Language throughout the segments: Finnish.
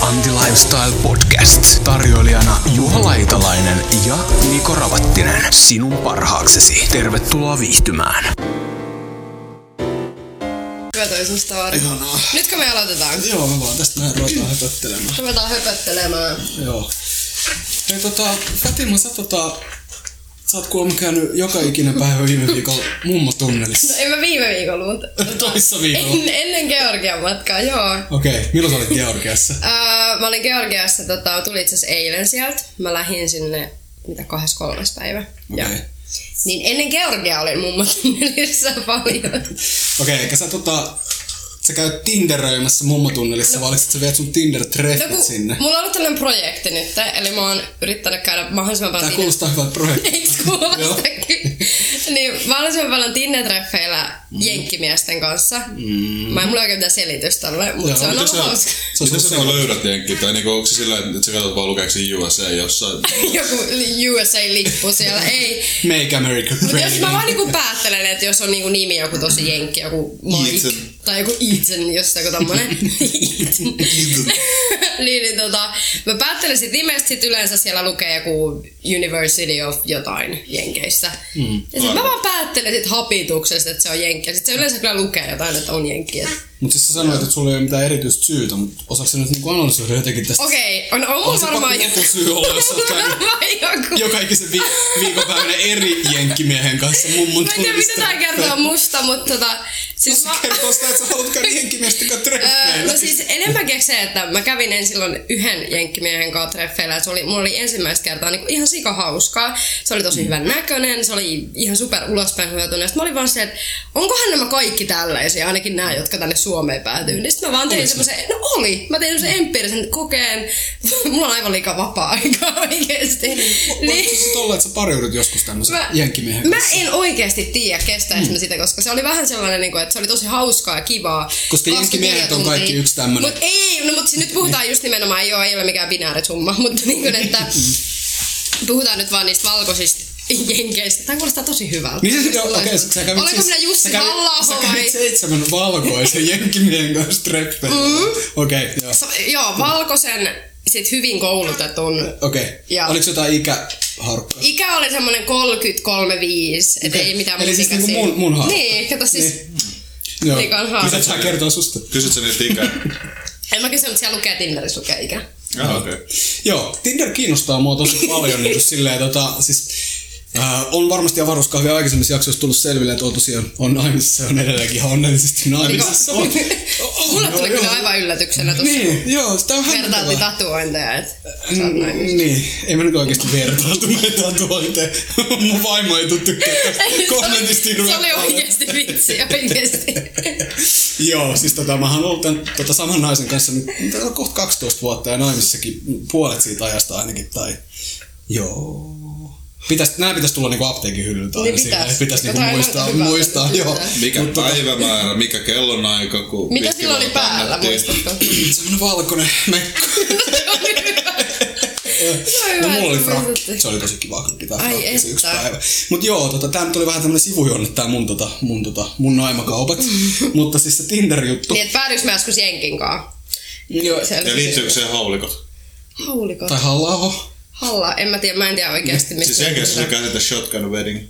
Anti Lifestyle Podcast. Tarjoilijana Juha Laitalainen ja Niko Ravattinen. Sinun parhaaksesi. Tervetuloa viihtymään. Hyvä toi semmoista tavaria. Ihanaa. Nytkö me aloitetaan? Joo, me vaan tästä näin ruvetaan höpöttelemään. Ruvetaan höpöttelemään. Joo. Hei tota, Fatima, sä tota, sä oot kuulemma käynyt joka ikinen päivä viime viikolla mummotunnelissa. No en mä viime viikolla, mutta... Toissa viikolla. En, ennen Georgian matkaa, joo. Okei, okay, milloin sä olit Georgiassa? Öö, mä olin Georgiassa, tota, tulin itse asiassa eilen sieltä. Mä lähdin sinne, mitä, kahdes kolmas päivä. Okei, Joo. okay. Niin ennen Georgia olin muun muassa nelissä paljon. okay, eikä sä tota, sä käyt Tinderöimässä mummotunnelissa, no. vai oliko sä viet sun Tinder-treffit No kun sinne? mulla on ollut tällainen projekti nyt, eli mä oon yrittänyt käydä mahdollisimman Tää paljon Tinder- kuulostaa hyvältä projektilta. Eiks Joo. kuulosta kyllä? niin, mä olen sen paljon Tinder-treffeillä Mm. jenkkimiesten kanssa. Mm. Mä en mulla oikein mitään selitystä ole, mutta Joo, se on mutta ollut se on- hauska. Se on Miten sä semmoinen- niinku löydät jenkin? Tai niinku onko se sillä, että sä katsot vaan lukeeksi USA jossain? Joku USA-lippu siellä, ei. Make America Mutta Great. jos mä vaan niinku päättelen, että jos on niinku nimi joku tosi jenkki, joku Mike Ethan. tai joku Ethan, jos joku tommonen. Ethan. niin, niin tota, mä päättelen sit nimestä, sit yleensä siellä lukee joku University of jotain Jenkeissä. Mm. Ja sit mä vaan päättelen sit hapituksesta, että se on Jenkki. Ja sit se yleensä kyllä lukee jotain, että on Jenkki. Et- Mut siis sä sanoit, että sulla ei ole mitään erityistä syytä, mutta osaatko sä nyt niinku analysoida jotenkin tästä? Okei, okay, on, on mulla se varmaan pakko joku syy olla, jos sä oot käynyt varmaan joku. joka ikisen vi- viikonpäivänä eri jenkkimiehen kanssa mummon Mä en tiedä, mitä tunnista. tää kertoo musta, mutta tota... Siis Se kertoo sitä, että sä haluat käydä jenkkimiesten kanssa Öö, treffeillä. no siis enemmänkin se, että mä kävin ensin silloin yhden jenkkimiehen kanssa treffeillä. ja Se oli, mulla oli ensimmäistä kertaa niin ihan sika hauskaa. Se oli tosi hyvän näköinen, se oli ihan super ulospäin hyötynyt. Sitten mä olin vaan se, että onkohan nämä kaikki tällaisia, ainakin nämä, jotka tänne Suomeen päätyy. Niin sitten mä vaan tein semmoisen, no oli. Mä tein semmoisen empiirisen kokeen. mulla on aivan liikaa vapaa-aikaa oikeesti. Niin. Voitko siis olla, että sä pariudut joskus tämmöisen Mä- jenkkimiehen Mä kanssa? Mm. en oikeesti tiedä, kestäis mä sitä, koska se oli vähän sellainen, niinku, että se oli tosi hauskaa ja kivaa. Koska jenkkimiehet on kaikki yksi tämmönen. Mut ei, no mut siis nyt puhutaan just nimenomaan, joo, ei ole mikään binäärisumma, mutta niin kuin, että Mm. puhutaan nyt vaan niistä valkoisista jenkeistä. Tämä kuulostaa tosi hyvältä. Niin se, okei, okay, sä kävit Olenko siis, minä Jussi sä kävit- halla Sä kävit siis- seitsemän valkoisen jenkkimiehen kanssa treffeillä. Mm-hmm. Mm. Okei, okay, joo. Joo, valkoisen, sit hyvin koulutetun Okei. Okay. Ja- Oliko jotain ikäharkkaa? Ikä oli semmoinen 33-5, et Okei. ei mitään Eli siis musiikan niinku siinä. mun- mun haara. Niin, kato siis, niin. Joo. Mikä on hauska. Kysyt sä kertoa susta. Kysyt sä niitä ikää? en mä kysy, mutta siellä lukee Tinderissä lukee ikä. Jaa, okei. Okay. Joo, Tinder kiinnostaa mua tosi paljon. niin kuin silleen, tota, siis, äh, on varmasti avaruuskahvi aikaisemmissa jaksoissa tullut selville, että on tosiaan on naimisissa ja on edelleenkin ihan onnellisesti naimisissa. Niko, On. Mulle tuli joo, kyllä siis, joo. aivan yllätyksenä tuossa. Niin. Niin, joo, sitä on Vertaat niitä hämmentävää. tatuointeja, et sä oot Mm, nainen. Niin, ei mä nyt oikeesti tuota, vertailtu meitä tatuointeja. Mun vaimo ei tuu tykkää tästä kommentista Se oli hirveän paljon. oikeesti vitsi, oikeesti. Joo, siis tota, mä oon ollut tämän, tota, saman naisen kanssa nyt nyt on kohta 12 vuotta ja naimissakin puolet siitä ajasta ainakin, tai joo. Pitäis, nää pitäis tulla niinku apteekin hyllyltä aina Niin silleen, pitäis. että pitäis niinku Jotain muistaa, hyvää. muistaa, joo. Mikä Mut tota, päivämäärä, mikä kellonaika, kun Mitä viski sillä oli vaan päällä, kannatti? muistatko? Semmonen valkoinen mekko. Se on hyvä, No mulla oli että frakki. muistutti. Se oli tosi kiva, kun pitää Ai frakki se yksi että. päivä. Mut joo, tota, tää nyt oli vähän tämmönen sivujonne tää mun, tota, mun, tota, mun naimakaupat. Mutta siis se Tinder-juttu. Niin, et päädyks mä joskus jenkinkaan? Joo. Ja liittyykö se haulikot? Haulikot. Tai halla Halla, en mä tiedä, mä en tiedä oikeesti mistä. Siis jenkeissä se käsite shotgun wedding.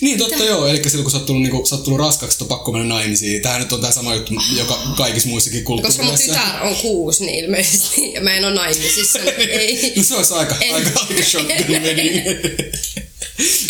Niin totta joo, eli silloin kun sä oot tullut, niinku, sä oot tullut raskaaksi, että on pakko mennä naimisiin. Tämähän nyt on tää sama juttu, joka kaikissa muissakin Koska mun kulttuureissa. tytär on kuusi, niin ilmeisesti. Ja mä en oo naimisissa, niin ei. No se olisi aika, En. aika, aika shotgun wedding.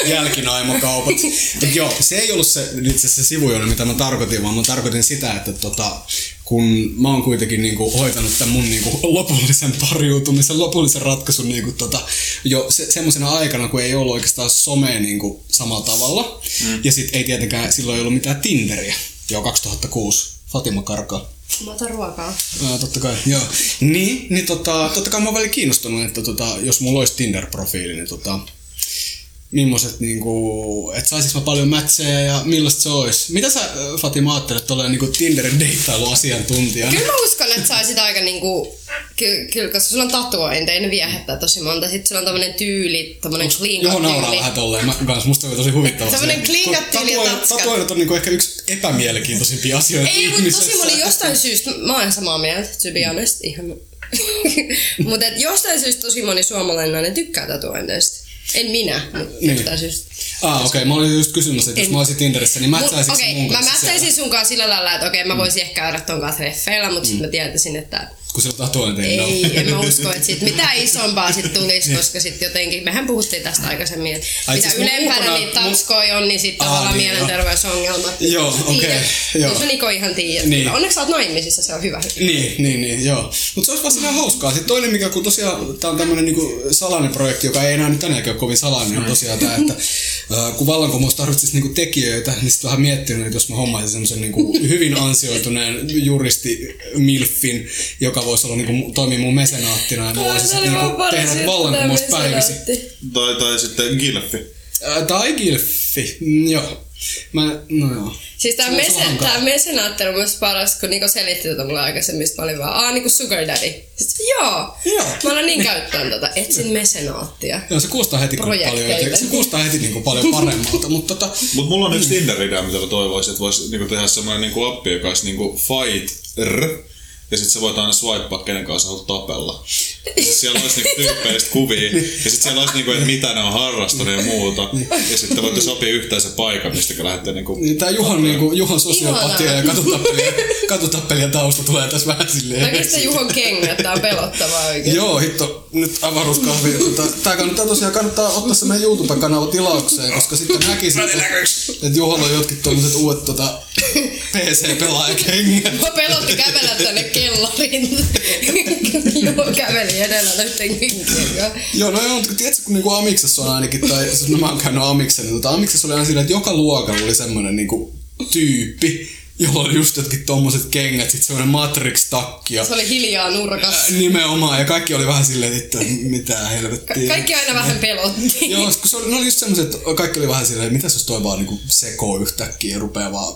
Jälkinaimokaupat. Mut joo, se ei ollut se, itse se sivujuone, mitä mä tarkoitin, vaan mä tarkoitin sitä, että tota, kun mä oon kuitenkin niinku hoitanut tämän mun niinku lopullisen pariutumisen, lopullisen ratkaisun niinku tota, jo se, semmoisena aikana, kun ei ollut oikeastaan somea niinku samalla tavalla. Mm. Ja sitten ei tietenkään silloin ei ollut mitään Tinderiä. Joo, 2006. Fatima Karkaa. Mä otan ruokaa. Ää, totta kai, joo. Niin, niin tota, totta kai mä oon välillä kiinnostunut, että tota, jos mulla olisi Tinder-profiili, niin tota, millaiset niinku, että saisinko mä paljon mätsejä ja millaista se olisi? Mitä sä ö, Fatima ajattelet tolleen niinku Tinderin deittailuasiantuntijana? Kyllä mä uskon, että sä olisit aika niinku... Ky- kyllä, koska sulla on tatuointeja, ne viehättää tosi monta. Sitten sulla on tämmönen tyyli, tämmönen clean Joo, cut nauraa tyyli. vähän tolleen. Mä, kans, musta on tosi huvittavaa. Semmonen clean cut tyyli ja tatskat. Tatuoidut on niinku ehkä yksi epämielenkiintoisimpia asioita Ei, mutta ihmisessä. tosi moni jostain syystä, mä oon ihan samaa mieltä, to be honest, ihan mutta jostain syystä tosi moni suomalainen nainen tykkää tatuointeista. En minä, mutta Niin. jostain syystä. Ah, okei. Okay. Mä olin just kysymässä, että jos En- mä olisin Tinderissä, niin mä Mut, saisin okei, okay, mun mä kanssa siellä, Mm. mättäisin sun kanssa sillä lailla, että okei, mä voisin ehkä käydä ton kanssa treffeillä, mutta sitten mä tietäisin, että kun sillä tatuointeja ei, ole. en mä usko, että sit mitään isompaa sit tulisi, koska sit jotenkin, mehän puhuttiin tästä aikaisemmin, että Niin. Ai, mitä siis mun ylempänä ulkona- niitä mun- tanskoja on, niin sit Aa, tavallaan niin, joo. mielenterveysongelmat. Joo, Sä okei, tiedät. joo. Niin sä Niko ihan tiedät. Niin. Niin. Onneksi sä oot naimisissa, se on hyvä. Niin, niin, niin, joo. Mutta se olisi vaan sellainen hauskaa. Sitten toinen, mikä kun tosiaan, tämä on tämmöinen niinku salainen projekti, joka ei enää nyt tänäänkin ole kovin salainen, on tosiaan tämä, että ää, kun vallankumous tarvitsisi niinku tekijöitä, niin sitten vähän miettinyt, että jos mä hommaisin semmoisen niinku hyvin ansioituneen juristi Milfin, joka voisi olla niinku, toimii mun mesenaattina ja mä voisin sitten niinku tehdä vallankumouspäivisi. Tai, tai sitten Gilfi. Ää, Tai Gilfi, mm, joo. Mä, no joo. Siis tää, Se on mesen, hankala. tää mesenaattelu on myös paras, kun Niko selitti tätä mulle aikaisemmin, sit mä olin vaan, aah niinku sugar daddy. Sitten joo, Joo. mä annan niin käyttöön tätä, etsin mesenaattia. Joo, se kuulostaa heti kun paljon, Projekteille. se kuulostaa heti niinku paljon paremmalta, mutta tota, Mut mulla on yksi Tinder-idea, mitä mä toivoisin, että vois niinku tehdä semmoinen niinku appi, joka olisi niinku fight r, ja sit sä voit aina swipeaa, kenen kanssa sä haluat tapella. Ja sit siellä olisi niinku tyyppeistä kuvia, Niin. ja sit siellä olisi niinku, että mitä ne on harrastanut ja muuta. Ja sitten voitte sopia yhteisen paikan, mistä lähdette niinku... Niin tää Juhan, niinku, Juhan sosiopatia ja Ihanaa. katutappelien, katutappelien tausta tulee tässä vähän silleen. Oikeesti Juhon kengät, tää on pelottavaa oikeesti. Joo, hitto, nyt avaruuskahvi. Tota, tää kannattaa tosiaan kannattaa ottaa se meidän YouTube-kanava tilaukseen, koska sitten näkisin, että, että Juhalla on jotkin tommoset uudet tota, PC-pelaajakengät. Mä pelotti kävellä tänne kellariin. Joo, käveli edellä näiden kenkien kanssa. Joo, no joo, mutta tiedätkö, kun niinku Amiksessa on ainakin, tai siis no mä oon käynyt Amiksen, niin tota, Amiksessa oli aina siinä, että joka luokalla oli semmoinen niinku tyyppi, jolla oli just jotkin tommoset kengät, sit semmoinen Matrix-takki ja Se oli hiljaa nurkassa. Nimenomaan, ja kaikki oli vähän silleen, että mitä Ka- helvettiä. kaikki aina vähän pelotti. Joo, sit kun se oli, ne oli just semmoset, että kaikki oli vähän silleen, mitä jos toi vaan niinku sekoo yhtäkkiä ja rupeaa vaan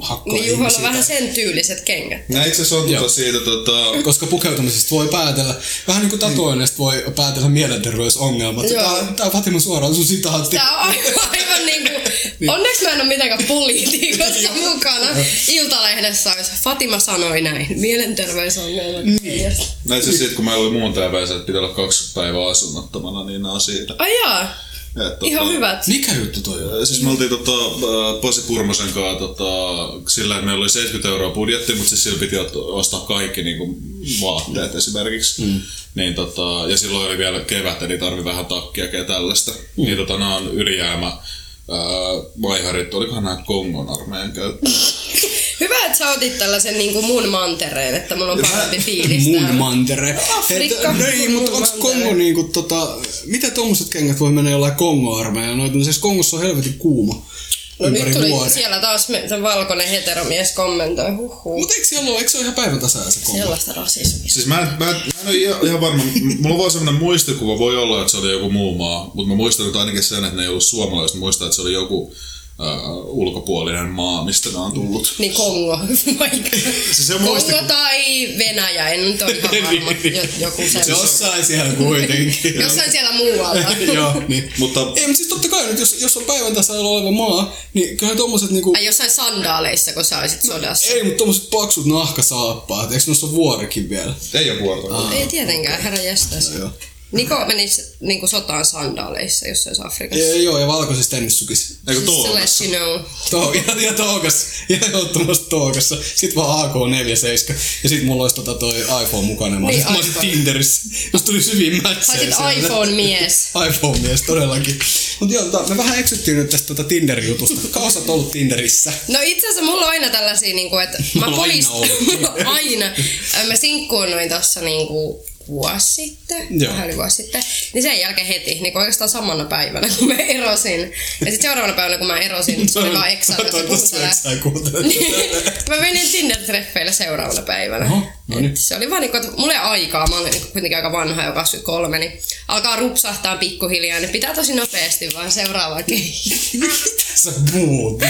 hakkoa Niin Juholla on ihmisiä. vähän sen tyyliset kengät. Ja eikö se on Joo. tota siitä tota... Koska pukeutumisesta voi päätellä, vähän niinku tatuoinnista voi päätellä mielenterveysongelmat. Joo. Tää, tää on Fatima suoraan sun sitaatti. Tää on aivan, aivan niinku, Niin. onneksi mä en ole mitenkään politiikassa mukana. Iltalehdessä olisi Fatima sanoi näin, mielenterveysongelmat. Niin. heijastuu. Näin se siitä, kun meillä oli muun TVssä, että pitää olla kaksi päivää asunnottomana, niin nää on siitä. Ai jaa, Et, tota, ihan hyvät. Mikä juttu toi on? Siis me oltiin tota, äh, Pasi Purmosen kanssa tota, sillä, että meillä oli 70 euroa budjetti, mutta siis sillä piti ot- ostaa kaikki niin kuin, vaatteet esimerkiksi. Mm. Niin, tota, ja silloin oli vielä kevättä, niin tarvi vähän takkia ja tällaista. Mm. Niin tota, nämä on ylijäämä äh, vaiharit, olikohan nämä Kongon armeijan käyttöön? Hyvä, että sä otit tällaisen niinku mun mantereen, että mulla on parempi fiilis Mun täällä. mantere. Afrikka. Hei, no ei, mutta Mun onks mantere. Kongo niinku tota... Mitä tommoset kengät voi mennä jollain Kongo-armeijaan? Noita, siis Kongossa on helvetin kuuma. No ympäri nyt tuli vuoden. siellä taas me, se valkoinen heteromies kommentoi, huhhuh. Mutta eikö siellä ole, eikö se ole ihan päivän tasa se kombo? Sellaista rasismia. Siis mä, en- mä, en- mä en ole ihan, ihan varma, M- mulla on vaan sellainen muistikuva, voi olla, että se oli joku muu maa, mutta mä muistan nyt ainakin sen, että ne ei ollut suomalaiset, mä muistan, että se oli joku äh, ulkopuolinen maa, mistä nämä on tullut. Niin Kongo. vaikka. Se- se on muisti- Kongo tai Venäjä, en nyt ole ihan varma. Jo- Joku siis- sellainen. Jossain siellä kuitenkin. Jossain siellä muualla. Joo, niin. Mutta Ei, mutta siis totta kai nyt, jos, jos on päivän tasa oleva maa, niin kyllähän tommoset niinku... Ai jossain sandaaleissa, kun sä olisit sodassa. Ei, mutta tommoset paksut nahkasaappaat, eikö noissa ole vuorikin vielä? ei ole vuoroa. Ei tietenkään, herra jästäs. Joo. Niko menisi niinku sotaan sandaaleissa, jos se olisi Afrikassa. Ei, joo, ja valkoisessa tennissukissa. Eikö Just to let Toomassa? you know. Too, ja, ja tookassa, ehdottomasti tookassa. Sitten vaan AK47. Ja sitten mulla olisi tota toi iPhone mukana. Mä, Niin, niin, mä olisin iPhone. Tinderissä. Musta tuli syvin Sä mätsejä. olisit siellä. iPhone-mies. iPhone-mies todellakin. Mutta joo, tota, me vähän eksyttiin nyt tästä tota Tinder-jutusta. Kauan sä oot ollut Tinderissä? No itse asiassa mulla on aina tällaisia, niinku, että mä Mulla on aina polist... ollut. Mulla on aina. Mä sinkkuunnuin tossa niinku vuosi sitten, Joo. vähän yli vuosi sitten, niin sen jälkeen heti, niin oikeastaan samana päivänä, kun mä erosin. Ja sitten seuraavana päivänä, kun mä erosin, se No, oli vaan Excel, Mä toin jossa tosta kuuntelee. Exaa kuuntelemaan. mä menin Tinder-treffeille seuraavana päivänä. Oho, no niin. Et se oli vaan niinku, että mulla ei ole aikaa, mä olen niinku kuitenkin aika vanha jo 23, niin alkaa rupsahtaa pikkuhiljaa, niin pitää tosi nopeasti vaan seuraavaa kehittää. Sä puhut.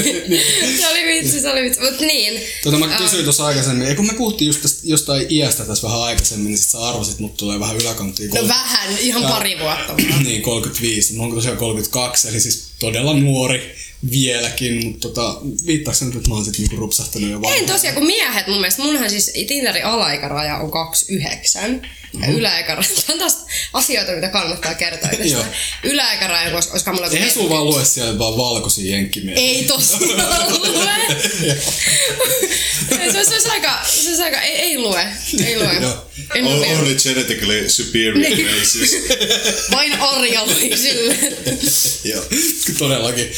se oli vitsi, se oli vitsi, mut niin. Tota mä Ää, kysyin tuossa aikaisemmin, ja kun me puhuttiin just tästä, jostain iästä tässä vähän aikaisemmin, niin sit sä arvasit, mut tulee vähän yläkanttiin. No kol- vähän, ihan Tää- pari vuotta. No niin, 35. Mä oon tosiaan 32, eli siis todella nuori. vieläkin, mutta tota, viittaako se nyt, että mä oon sit niinku rupsahtanut jo En vanhaan? tosiaan, kun miehet, mun mielestä munhan siis Tinderin alaikaraja on 29. Ja Mhm. yläikaraja, tämä on taas asioita, mitä kannattaa kertoa Joo. yhdessä. yläikaraja, koska koska mulla Eihän kun- sulla vaan lue siellä vaan valkoisia jenkkimiehiä. Ei tosiaan lue. Ei, se olisi- se olisi aika, se olisi aika, ei, ei lue. Ei lue. Joo. En O- lue. Only genetically superior Niin. races. Vain orjalaisille. Joo, todellakin.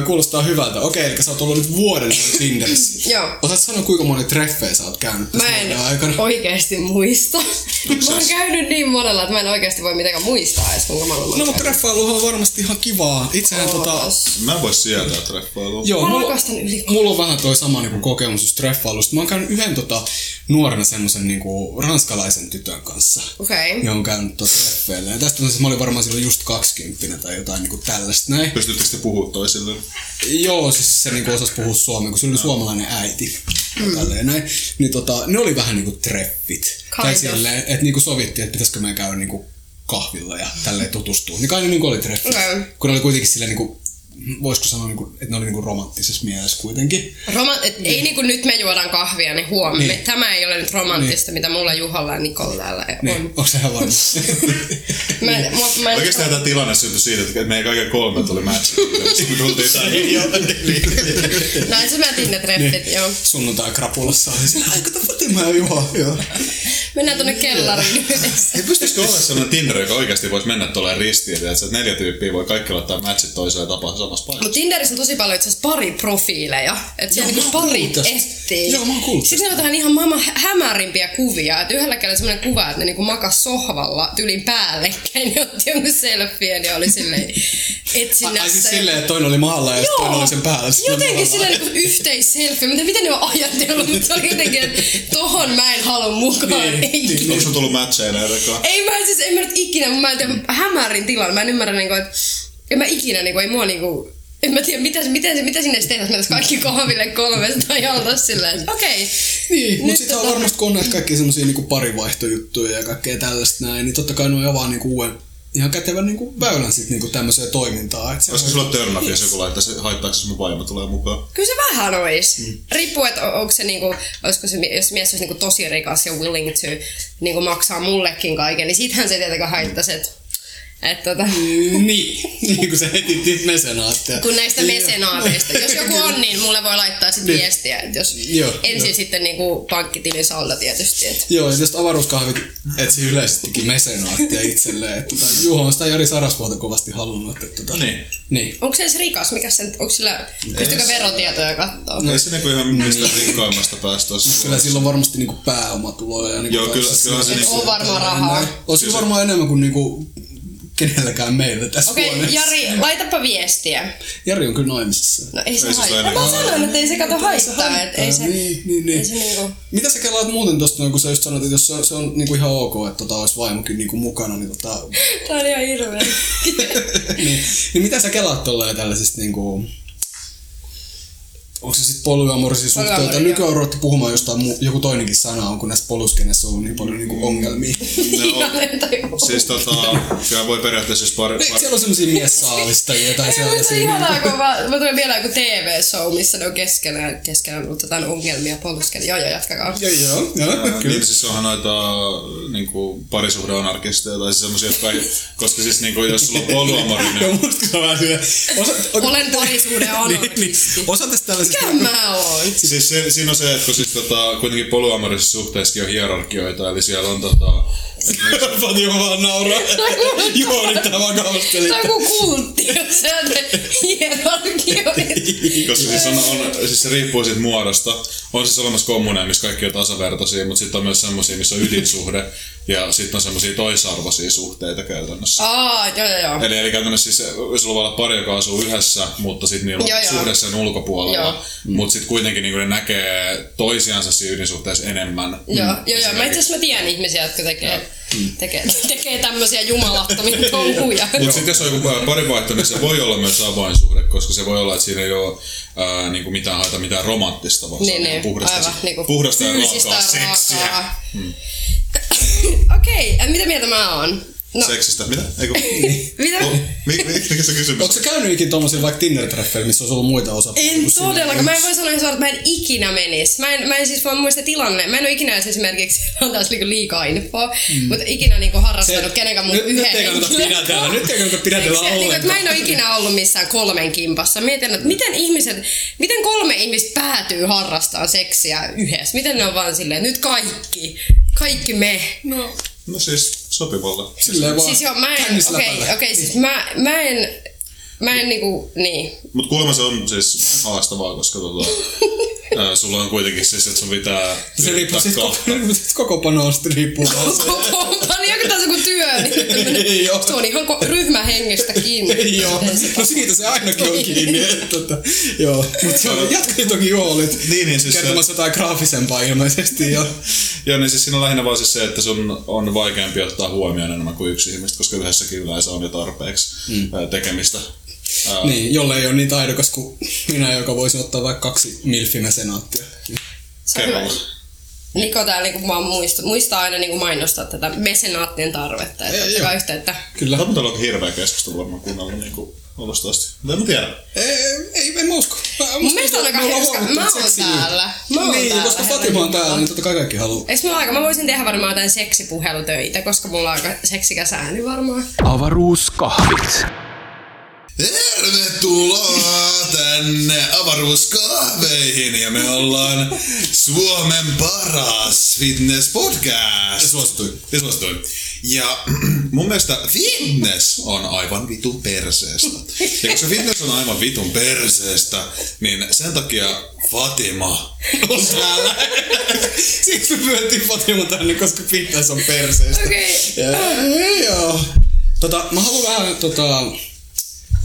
Ö, kuulostaa hyvältä. Okei, eli sä oot ollut nyt vuoden ajan Tinderissä. Joo. Osaat sanoa, kuinka moni treffejä sä oot käynyt tässä Mä en vuoden aikana? oikeesti muista. Mä oon käynyt niin monella, että mä en oikeesti voi mitenkään muistaa edes, kuinka mä oon No mutta treffailuhan on varmasti ihan kivaa. Itsehän tota... Mä en voi sietää treffailua. Joo, Mä mulla, rakastan yli- mulla on vähän toi sama niinku, kokemus just treffailusta. Mä oon käynyt yhden tota, nuorena semmosen niinku, ranskalaisen tytön kanssa. Okei. Ja on käynyt tuossa treffeillä. Ja tästä on siis- mä olin varmaan silloin just 20 tai jotain niinku tällaista näin. Pystyttekö te puhua toisille? Joo, siis se niinku osasi puhua suomea, kun se oli suomalainen äiti. Mm. Tälleen näin. Niin tota, ne oli vähän niinku treffit. Kind tai of. silleen, että niinku sovittiin, että pitäisikö meidän käydä niinku kahvilla ja tälleen tutustua. Niin kai ne niinku oli treffit. Okei. Kun ne oli kuitenkin silleen niinku, voisiko sanoa, niinku, että ne oli niinku romanttisessa mielessä kuitenkin. Roma- et ei niinku nyt me juodaan kahvia, niin huomenna. Niin. Niin. Tämä ei ole nyt romanttista, mitä mulla Juhalla ja Nikolla täällä Niin, on. onko se ihan varma? Mä, en- mua- mä, en- Oikeastaan tämä tilanne syntyi siitä, että meidän kaiken kolme tuli matchille. Sitten me tultiin tänne. Näin se mä Tinder-treffit, Niin. joo. Sunnuntai krapulassa oli se, aika Fatima ja Juha. Joo. Mennään Niin. tonne kellariin yhdessä. Ei pystyisikö olla sellainen Tinder, joka oikeasti voisi mennä tuolla ristiin, että et neljä tyyppiä voi kaikki laittaa matchit toisella tapaa samassa paikassa. Mut Tinderissä on tosi paljon itse asiassa pari profiileja. Että siellä Joo, niinku mä oon pari kuullut tästä. etsii. Joo, mä oon kuullut Sitten ne otetaan ihan maailman hä- hämärimpiä kuvia. Että yhdellä kädellä semmoinen kuva, että ne niinku makas sohvalla tylin päällekkäin. Ne otti jonkun selfien ja oli silleen etsinnässä. Ai siis silleen, että toinen oli maalla ja sitten toinen oli sen päällä. Siis Sitten ne Jotenkin molemmat- sillä niinku yhteisselfie, mutta miten ne on ajatellut, mutta se oli jotenkin, että tohon mä en halua mukaan. Niin, ei. niin. Onko sun tullut matcheja näin rekaan? Ei mä siis, en mä nyt ikinä, mä en tiedä, mä hämärin tilan, mä en ymmärrä niinku, että en mä ikinä niinku, ei mua niinku, en mä tiedä, mitä, mitä, mitä sinne sitten tehdään, että kaikki kahville kolmesta ja oltais sillä että okei. Niin, mutta Nyt sitten on tota- varmasti kun on näitä kaikkia semmoisia niinku parivaihtojuttuja ja kaikkea tällaista näin, niin totta kai ne avaa niinku uuden, ihan kätevän niinku väylän sitten niinku tämmöiseen toimintaan. Et se Olisiko sulla törnä, jos joku laittaisi, haittaako se mun vaimo tulee mukaan? Kyllä se vähän ois. Mm. Riippuu, että on- onko se niinku, olisiko se, mi- jos mies olisi niinku tosi rikas ja willing to niinku maksaa mullekin kaiken, niin siitähän se tietenkään haittaisi, että et, tota, Niin, niin kuin sä heti mesenaatteja. kun näistä mesenaateista, jos joku on, niin mulle voi laittaa sitten Niin. viestiä, että jos Joo, ensin joo. sitten niinku pankkitilin saldo tietysti, että Joo, ja tietysti avaruuskahvit etsi yleisestikin mesenaattia itselleen. Että tota, Juho on sitä Jari Sarasvuota kovasti halunnut. Että, tota, Niin. niin. Onko se edes rikas? Mikä sen, onko sillä, pystyykö verotietoja katsoa? Ei se niinku ihan mistään rikkaimmasta päästä tossa. No. Niin. Kyllä sillä on varmasti niinku pääomatuloja. Ja niinku Joo, kyllä- tällaista- kyllä se Et niinku- on varmaan rahaa. On sillä varmaan enemmän kuin niinku kenelläkään meillä tässä Okei, huoneessa. Jari, laitapa viestiä. Jari on kyllä naimisissa. No ei se Ei se haittaa. saa Mä vaan ainakaan. sanoin, että ei se kato haittaa. Et haittaa, ei se, niin, niin, niin. ei se niinku... Mitä sä kelaat muuten tosta, noin, kun sä just sanoit, että jos se on, se on niinku ihan ok, että tota, olisi vaimokin niinku mukana, niin, tota, Tää on ihan hirveä. niin, niin mitä sä kelaat tolleen tällaisista niinku, onko se sitten polyamorisia suhteita? Polyamoria. Nykyään on ruvettu puhumaan jostain, mu- joku toinenkin sana on, kun näissä poluskenessä on ollut niin paljon niinku ongelmia. No, Ihan tajua. siis tota, kyllä voi periaatteessa siis pari... Niin, Siellä on semmosia miessaalistajia Ei, tai mutta se on sellaisia. ihanaa, kun mä, mä tulen vielä joku TV-show, missä ne on keskenään, keskenään ollut jotain ongelmia poluskeli. Joo, joo, jatkakaa. Joo, joo, joo, Ää, kyllä. Niin, siis onhan noita niinku, parisuhdeanarkisteja tai siis semmosia, jotka ei, koska siis niinku, jos sulla on Joo, polyamorinen, musta se on vähän hyvä. Osa, Olen parisuuden niin, niin. anarkisti. Osa tästä tällaisesta... Mikä mä oon? siis se, siinä on se, että kun siis tota, kuitenkin polyamorisissa suhteissakin on hierarkioita, eli siellä on tota, Fani on vaan nauraa. Joo, nyt tää vaan kaustelit. Tämä on kuin kultti, jos sä hierarkioita. koska siis, on, on, siis se riippuu siitä muodosta. On siis olemassa kommuneja, missä kaikki on tasavertaisia, mutta sitten on myös semmoisia, missä on ydinsuhde, ja sitten on semmoisia toisarvoisia suhteita käytännössä. Aa, joo, joo, joo. Eli, eli käytännössä siis jos sulla voi olla pari, joka asuu yhdessä, mutta sitten niillä on Joo, joo. suhde sen ulkopuolella. Joo. Mutta sitten kuitenkin niin ne näkee toisiansa siinä ydinsuhteessa enemmän. Joo, Mm. joo, joo. Mä itse asiassa mä tiedän ihmisiä, jotka tekee, tekee, tekee tämmöisiä jumalattomia touhuja. Mutta sitten jos on joku pari vaihto, niin se voi olla myös avoinsuhde, koska se voi olla, että siinä ei ole ää, niinku mitään haeta mitään romanttista, vaan se on Niin, ihan niin, puhdasta, aivan niinku puhdasta ja fyysistä raakaa seksiä. Mm. raakaa. Okei, ä, mitä mieltä mä oon? No. Seksistä. Mitä? Eiku, No, Mitä? mi, mi, mikä se kysymys? Onko sä käynyt ikinä tuommoisilla vaikka Tinder-treffeillä, missä olisi ollut muita osapuolia? En kuin sinä? todellakaan. Mä en voi sanoa suoraan, että mä en ikinä menis. Mä en, mä en siis voi muista tilanne. Mä en ole ikinä edes esimerkiksi, on taas niinku liikaa infoa, mm. mutta ikinä niinku harrastanut Se- se, kenenkään mun nyt- nyt yhden ei kannata henkilön pidätellä, kanssa. nyt ei kannata pidätellä Eikö se- niinku, että Mä en ole ollenkaan. ikinä ollut missään kolmen kimpassa. Mietin, että miten ihmiset, miten kolme ihmistä päätyy harrastamaan seksiä yhdessä? Miten ne on vaan silleen, nyt kaikki, kaikki me. No, no siis sopivalla. Silleen vaan Siis joo, mä en, okei, kännisläpällä. okei, siis mä, mä en, mä en niinku, niin. Mut kuulemma se on siis haastavaa, koska tota, ää, sulla on kuitenkin siis, että sun pitää Se riippuu yrittää siis koko, kahta. siis koko panosta riippuu vaan se. kompania, kun niin, tässä on kuin työ, Ei niin joo. se on ihan ko- ryhmähengestä kiinni. Ei joo. Miten se- No siitä se ainakin on kiinni. että Tota, joo. Mut joo, jatkoi toki joo, olit Niin, niin, siis se- kertomassa jotain graafisempaa ilmeisesti. Ja, Ja niin siis siinä on lähinnä vaan siis se, että sun on vaikeampi ottaa huomioon enemmän kuin yksi ihmistä, koska yhdessäkin yleensä on jo tarpeeksi Mm. ää, tekemistä. Ää, niin, jolle ei ole niin taidokas kuin minä, joka voisi ottaa vaikka kaksi milfinä senaattia. se on hyvä. kerralla. Niko täällä niinku vaan muista, muistaa aina niinku mainostaa tätä mesenaattien tarvetta. Että Ei, ottakaa joo. yhteyttä. Kyllä. Tämä on ollut hirveä keskustelu varmaan kuunnella niin kuin alusta asti. Mutta en mä tiedä. Ei, ei, en mä usko. Mä, Mun mielestä on aika me ollaan hauska. huomattu, Mä että oon seksiä- täällä. Mä oon niin, täällä. koska Fatima on täällä, niin totta kai kaikki haluaa. Eiks mulla aika, mä voisin tehdä varmaan jotain seksipuhelutöitä, koska mulla on aika seksikäs ääni varmaan. Avaruuskahvit. Tervetuloa tänne avaruuskahveihin ja me ollaan Suomen paras fitness podcast. Ja suosituin. Ja suosituin. Ja mun mielestä fitness on aivan vitun perseestä. Ja koska fitness on aivan vitun perseestä, niin sen takia Fatima on täällä. Siksi me pyöttiin Fatima tänne, koska fitness on perseestä. Okei. Okay. Joo. Tota, mä haluan vähän tota,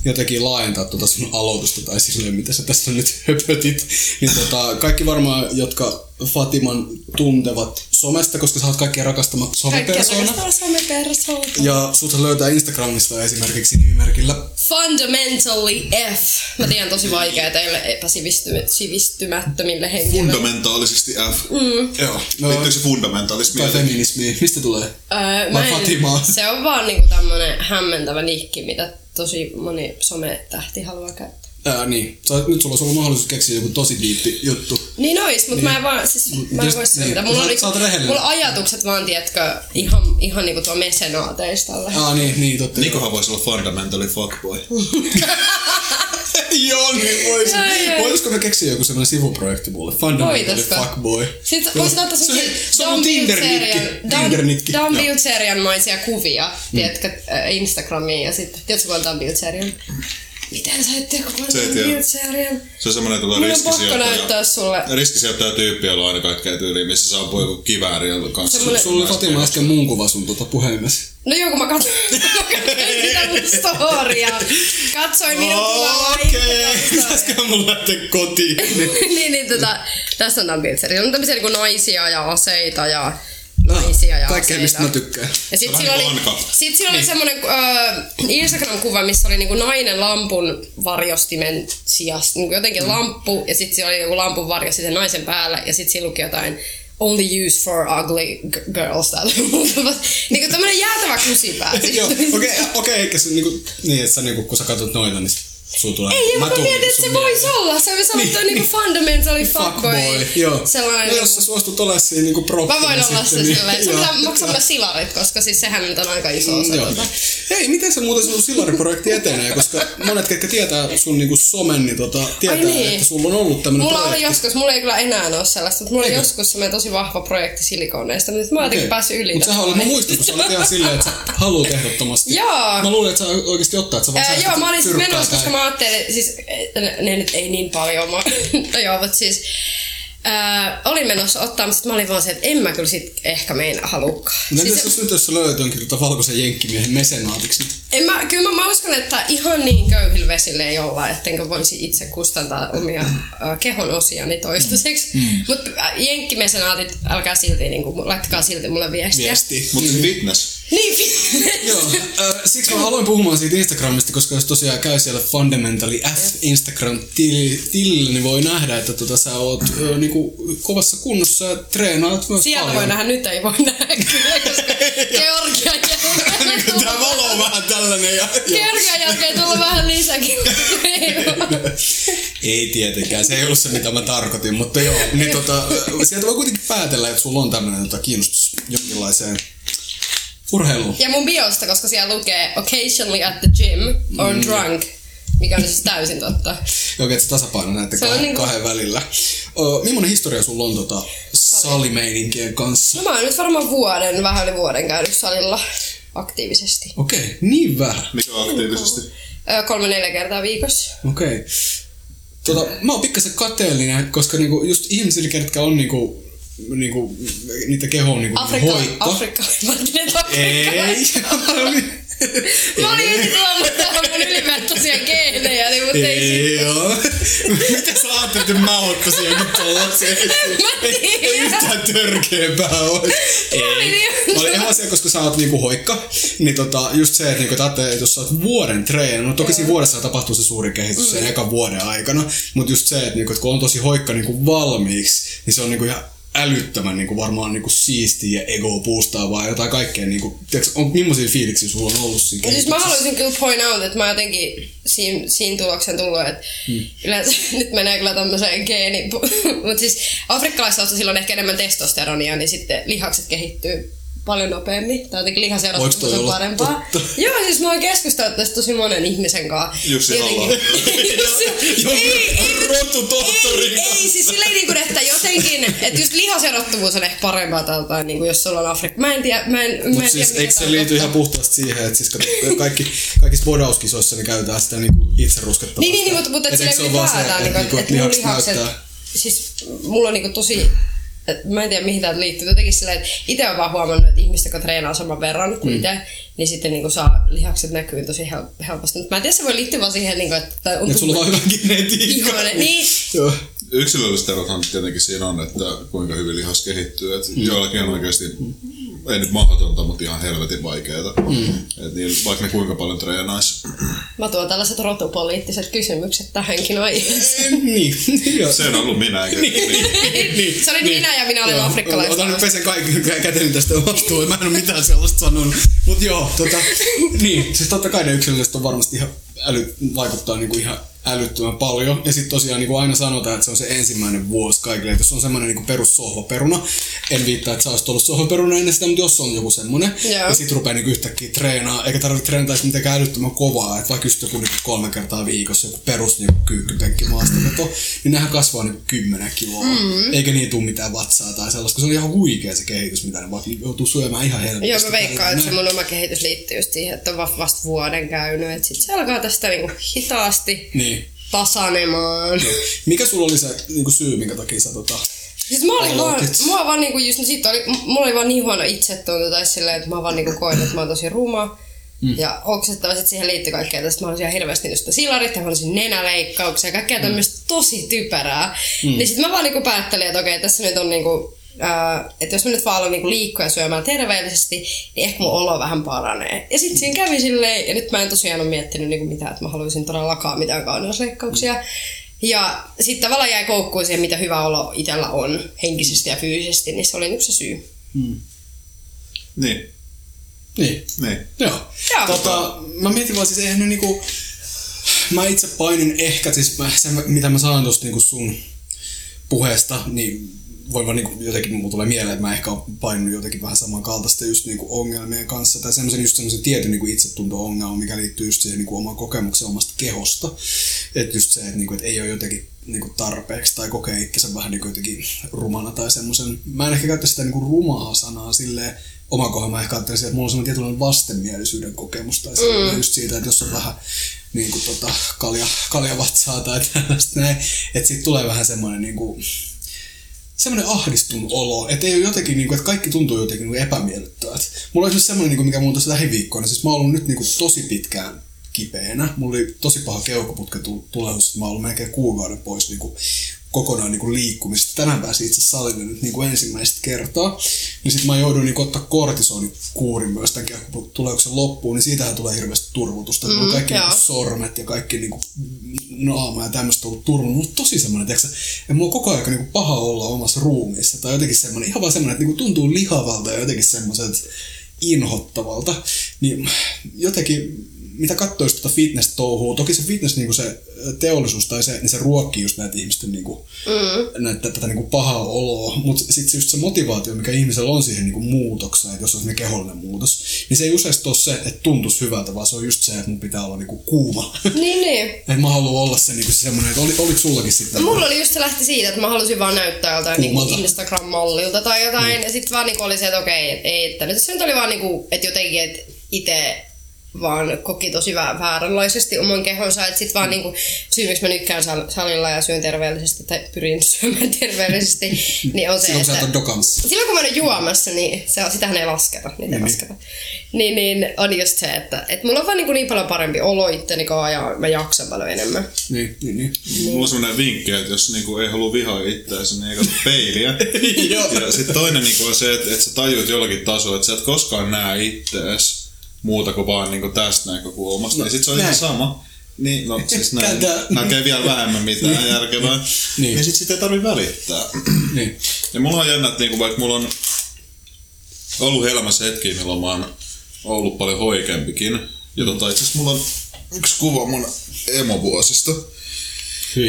jotenkin laajentaa tota sun aloitusta tai silleen, mitä sä tässä nyt höpötit. Niin tota, kaikki varmaan, jotka Fatiman tuntevat somesta, koska sä oot kaikkien rakastama Kaikkia somepersona. rakastaa somepersoonat. Ja sut löytää Instagramista esimerkiksi nimimerkillä Fundamentally F. Mä tiedän tosi vaikea teille epäsivistymättömille henkilöille. Fundamentaalisesti F. Mm. Joo. No. Liittyykö se fundamentalismi? tai feminismi. Mistä tulee? Öö, Vai mä en- Fatimaa? Se on vaan niinku tämmönen hämmentävä nikki, mitä tosi moni sometähti haluaa käyttää. Ää, niin. Sä, nyt sulla olisi ollut mahdollisuus keksiä joku tosi diitti juttu. Niin ois, mut mä en vaan, siis mä en Just voi niin. sitä. Mulla, Sä- on, sä niinku, oot rehellinen. mulla on ajatukset vaan, tiedätkö, ihan, ihan niinku tuo mesenaateistalla. Aa, niin, niin, totta. Nikohan voisi olla fundamentally fuckboy. Joo, niin vois. Ai, ai. Voisiko me keksiä joku sellainen sivuprojekti mulle? Fundamentally Voitasko? fuckboy. Sitten voisit ottaa Se- sellaisia se on mun Tinder-nikki. Tinder-nikki. Dan Joo. Mm. Bilzerian maisia kuvia, tiedätkö, äh, Instagramiin ja sitten, tiedätkö kuka on Dan Bilzerian? Miten sä et tiedä, kuka on Sä et Dan tiedä. Bilzerian? Se on semmoinen tota Mun on pakko näyttää riskisijoittaja. sulle. Riskisijoittaja tyyppi, jolla on aina kaikkea tyyliä, missä saa ampua joku kivääri kanssa. Semmoinen- Sulla oli Fatima äsken mun kuva sun tuota puhelimessa. No joo, kun mä katsoin, mä katsoin sitä mun storia. Katsoin minun kuvaa Pitäisikö mun lähteä kotiin? niin, niin tota, tässä on Dan Bilzerian. On tämmöisiä niinku naisia ja aseita ja naisia ja Kaikkea aseita. mistä mä tykkään. Ja sit Se on sillä vähän oli, kuin Anka. sit sillä Niin. oli semmonen äh, Instagram-kuva, missä oli niinku nainen lampun varjostimen sijasta. Niinku jotenkin mm. lamppu, ja sit siellä oli joku lampun varjo sitten naisen päällä, ja sit siinä luki jotain only use for ugly g- girls tai muuta. niinku tämmönen jäätävä kusipää. Joo, okei, okei, eikä se niinku, niin, että sä niinku, kun sä katsot noita, niin sulla tulee... Ei, mä, mä tunnen mietin, että sun se voisi mieleen. olla. Se voisi olla toi niinku fundamentally fuckboy. Joo. Sellainen. niinku no, jos sä suostut olemaan siinä niinku prokkina Mä voin olla se sitten, niin- silleen. Se Joo. pitää maksaa mulle silarit, koska siis sehän nyt on aika iso osa. Mm, joo. tota. Hei, miten se muuten sun Silari-projekti etenee? Koska monet, ketkä tietää sun niinku somen, niin tota, tietää, niin. että sulla on ollut tämmönen Mulla oli projekti. joskus, mulla ei kyllä enää ole sellaista, mutta mulla oli Eikö? joskus semmoinen tosi vahva projekti silikoneista, mutta mä oon jotenkin päässyt yli. Mutta tästä. sähän olet, mä muistan, kun sä olet ihan silleen, että sä haluat ehdottomasti. Joo. Mä luulen, että sä oikeasti ottaa, että sä vaan Ää, säästät joo, mä olin siis fyrkkaa menossa, tai- koska mä ajattelin, siis eh, ne, ne nyt ei niin paljon, mä, no joo, mutta siis ää, olin menossa ottaa, mutta sit mä olin vaan se, että en mä kyllä sit ehkä meina halukkaan. No Siis- entäs jos nyt jos sä löydät jonkin tota valkoisen jenkkimiehen mesenaatiksi? niin- En mä, kyllä mä, mä uskon, että ihan niin köyhillä vesillä ei olla, ettenkö voisi itse kustantaa omia äh, kehon osiani toistaiseksi. Mm. Mutta jenkkimesenaatit, älkää silti, niin kuin, laittakaa silti mulle viestiä. Viesti. Mutta fitness. Niin, fi- Joo, äh, siksi mä aloin puhumaan siitä Instagramista, koska jos tosiaan käy siellä Fundamentally F Instagram-tilillä, niin voi nähdä, että tota, sä oot Mm-hmm. äh, niinku, kovassa kunnossa ja treenaat myös Sieltä paljon. voi nähdä, nyt ei voi nähdä kyllä, koska Georgia ja Niinku tää valo on vähän tällainen ja... ja... Kerjäjät ei tullut vähän lisäkin. Ei tietenkään, se ei ollut se mitä mä tarkoitin, mutta joo, niin tota, sieltä voi kuitenkin päätellä, että sulla on tämmöinen tota, kiinnostus jonkinlaiseen urheiluun. ja mun biosta, koska siellä lukee occasionally at the gym or drunk, mikä on siis täysin totta. Joo, että se tasapaino näiden Se on kahden, niinku- kahden välillä. Ö, millainen historia sulla on tota, salimeininkien kanssa? No mä oon nyt varmaan vuoden, vähän yli vuoden käynyt salilla aktiivisesti. Okei, okay, niin vähän. Mikä on aktiivisesti? Ö, Kolme neljä kertaa viikossa. Okei. Okay. Tota, mä oon pikkasen kateellinen, koska niinku just ihmisillä, ketkä on niinku, niinku, niitä keho on niinku Afrikka, hoikka. Afrikka, Martinet Afrikka. Ei. Mä olin- Mä olin itse tuomassa tähän mun ylivertaisia geenejä, niin mut ei sit. Ei oo. Mitä sä ajattelet, että mä ottaisin joku tollaksi? Mä Ei tiedän. yhtään törkeämpää ois. Mä olin ihan siellä, koska sä oot niinku hoikka, niin tota, just se, että niinku, että ajattelee, että jos sä oot vuoden treenannut, no toki siinä vuodessa tapahtuu se suuri kehitys Mm. sen ekan vuoden aikana, mutta just se, että, niinku, että kun on tosi hoikka niinku valmiiksi, niin se on niinku ihan älyttömän niinku varmaan niinku siistiä ja ego puustaavaa ja jotain kaikkea. Niinku, tiiäks, on, millaisia fiiliksiä sulla on ollut siinä No siis mä kehityksessä? haluaisin kyllä point out, että mä jotenkin siinä, siinä tuloksen tullut, että Mm. yleensä nyt menee kyllä tommoseen geeni. Mutta siis afrikkalaistausta silloin ehkä enemmän testosteronia, niin sitten lihakset kehittyy paljon nopeammin. Tai jotenkin Voiko toi lihaseurastus on olla parempaa. totta? Joo, siis mä oon keskustellut tästä tosi monen ihmisen kanssa. Jussi Jotenkin- Jussi- Jonkun Ei, ei, rotutohtorin ei, ei, siis silleen niin kuin, että jotenkin, että just lihaserottuvuus on ehkä parempaa tältä, niin kuin jos sulla on Afrikka. Mä en tiedä, mä en, mä en Mutta tiedä, siis mikä eikö tää se on liity totta. ihan puhtaasti siihen, että siis kato, kaikki, kaikissa bodauskisoissa ne käytetään sitä niinku itse ruskettavaa. Niin, niin, niin, mutta, mutta et Et eikö silleen se ole vaan se, ylipäätään, että niinku, et, et niinku, mun lihakset lihakset, näyttää. siis mulla on niinku tosi, et mä en tiedä mihin tää liittyy, jotenkin silleen, että ite on vaan huomannut, että ihmiset, jotka treenaa saman verran Mm. kuin ite, niin sitten niinku saa lihakset näkyy tosi hel- helposti. Mutta mä en tiedä, se voi liittyä vaan siihen, niinku, että tää on Että Niin, sulla on vaan hyvä genetiikka. ihoinen. Niin, Joo. Yksilölliset erothan tietenkin siinä on, että kuinka hyvin lihas kehittyy. Et Joillakin on oikeasti, ei nyt mahdotonta, mutta ihan helvetin vaikeeta. Et niin, vaikka ne kuinka paljon treenaisi. mä tuon tällaiset rotupoliittiset kysymykset tähänkin aiheeseen. Niin. Joo. Se on ollut minä. eikä- niin. Se oli minä ja minä olen niin. Joo. afrikkalainen. Otan nyt pesen kaiken kä- käteni tästä vastuun, mä en ole mitään sellaista sanonut. Mut joo, tota, niin, siis totta kai ne yksilölliset on varmasti ihan äly, vaikuttaa niinku ihan älyttömän paljon. Ja sitten tosiaan niin kuin aina sanotaan, että se on se ensimmäinen vuosi kaikille. Että jos on semmoinen niin perussohvaperuna, en viittaa, että sä olisit ollut sohvaperuna ennen sitä, mutta jos on joku semmoinen, Joo. ja sit rupeaa niin yhtäkkiä treenaa, eikä tarvitse treenata edes mitenkään älyttömän kovaa, että vaikka just joku niin kolme kertaa viikossa joku perus niin kyykkypenkki Mm. maastaveto, niin nehän kasvaa niin kymmenen kiloa, mm. eikä niin tule mitään vatsaa tai sellaista, kun se on ihan huikea se kehitys, mitä ne vaan joutuu syömään ihan helposti. Joo, mä veikkaan, että se mun oma kehitys liittyy just siihen, että on va- vasta vuoden käynyt. Että sit se alkaa tästä niinku hitaasti Niin. tasanemaan. Mikä sulla oli se niin kuin syy, minkä takia sä tota... Siis mä olin vaan, Aloitit. mä vaan niinku just, no sit oli, m- mulla oli vaan niin huono itsetunto tai silleen, että mä vaan niinku koin, että mä oon tosi ruma. Mm. Ja oksettava sit siihen liittyy kaikkea tästä. Mä halusin ihan hirveästi niistä silarit ja mä halusin nenäleikkauksia ja kaikkea tämmöistä tosi typerää. Mm. Niin sit mä vaan niinku päättelin, että okei, tässä nyt on niinku, äh, että jos mä nyt vaan alan niinku liikkua ja syömään terveellisesti, niin ehkä mun olo vähän paranee. Ja sit siinä kävi silleen, ja nyt mä en tosiaan ole miettinyt niinku mitään, että mä haluaisin todellakaan mitään kauneusleikkauksia. Mm. Ja sitten tavallaan jäi koukkuun siihen, mitä hyvä olo itsellä on henkisesti ja fyysisesti, niin se oli yksi se syy. niin, Niin. niin. Joo. Joo. Tota, mä mietin vaan siis, eihän ne niinku... Mä itse painin ehkä, siis mä, se mitä mä saan tuosta niinku sun puheesta, niin voi vaan niinku jotenkin mulla tulee mieleen, että mä ehkä oon painunut jotenkin vähän samankaltaista just niinku ongelmien kanssa tai semmoisen just semmoisen tietyn niinku itsetunto-ongelman, mikä liittyy just siihen niinku omaan kokemukseen omasta kehosta. Että just se, että niinku, et ei ole jotenkin niinku tarpeeksi tai kokee itsensä vähän niinku jotenkin rumana tai semmoisen. Mä en ehkä käytä sitä niinku rumaa sanaa silleen, oma kohdalla mä ehkä ajattelin, että mulla on semmoinen tietynlainen vastenmielisyyden kokemus tai sellainen mm. just siitä, että jos on vähän niin kuin tota, kalja, kaljavatsaa tai tällaista näin, että siitä tulee vähän semmoinen niin kuin, semmoinen ahdistunut olo, että ei ole jotenkin, niin kuin, että kaikki tuntuu jotenkin niin epämiellyttävältä. Mulla on esimerkiksi semmoinen, niin kuin, mikä mulla on tässä lähiviikkoina, siis mä oon ollut nyt niin kuin, tosi pitkään kipeänä. Mulla oli tosi paha keuhkoputken tu- tulehdus, että mä oon ollut melkein kuukauden pois niin kuin, kokonaan niin kuin, liikkumista. Tänään pääsin itse salille nyt niin kuin, ensimmäistä kertaa. Niin sit mä jouduin niin kuin, ottaa kortisonikuurin myös tämän keuhkoputkitulehduksen loppuun, niin siitähän tulee hirveästi turvotusta. Mm, Mm, kaikki niin joo. kuin, sormet ja kaikki niinku naama ja tämmöistä ollut turvannut. Mutta tosi semmoinen, tiiäksä, ja mulla on koko ajan niinku paha olla omassa ruumiissa. Tai jotenkin semmoinen, ihan vaan semmoinen, että niinku tuntuu lihavalta ja jotenkin semmoiset inhottavalta. Niin jotenkin, mitä katsoisi tuota fitness-touhua, toki se fitness, niin kuin se teollisuus tai se, niin se ruokkii just näitä ihmisten niin kuin, mm. näitä, tätä niin kuin pahaa oloa, mutta sitten just se motivaatio, mikä ihmisellä on siihen niin kuin muutokseen, että jos on kehollinen muutos, niin se ei useasti ole se, että tuntuisi hyvältä, vaan se on just se, että mun pitää olla niin kuin kuuma. Niin, niin. Et mä haluan olla se, niinku, se semmoinen, että oli, oliko sullakin sitten? Mulla oli just se lähti siitä, että mä halusin vaan näyttää jotain niinku Kummalta? Instagram-mallilta tai jotain. Niin. Mm. Ja sitten vaan niinku oli se, että okei, et ei, että nyt se nyt oli vaan niinku, että jotenkin, että itse vaan koki tosi vä- vääränlaisesti oman kehonsa. Että Mm. sit vaan niinku, syy miksi mä nykkään sal- salilla ja syön terveellisesti tai pyrin syömään terveellisesti, niin on se, Silloin sä et että... ole dokamassa. Silloin kun mä olen juomassa, niin se on, sitähän ei lasketa, niitä Niin. mm lasketa. Niin, niin on just se, että, että mulla on vaan niin, niin paljon parempi olo itteni kanssa ja mä jaksan paljon enemmän. Niin, niin, niin. Mulla on sellainen vinkki, että jos niinku ei halua vihaa itseänsä, niin ei katso peiliä. Joo. ja sitten toinen niinku on se, että, että sä tajut jollakin tasolla, että sä et koskaan näe ittees muuta kuin vaan niinku tästä näkökulmasta. No, ja sit se on näin. ihan sama. Niin, no siis näin, Tää- näkee vielä vähemmän mitään järkevää. Niin. Niin. Ja sit sitä ei tarvi välittää. niin. Ja mulla on jännä, että niinku, vaikka mulla on ollut elämässä hetkiä, milloin mä oon ollut paljon hoikempikin. Ja tota, itse asiassa mulla on yksi kuva mun emovuosista.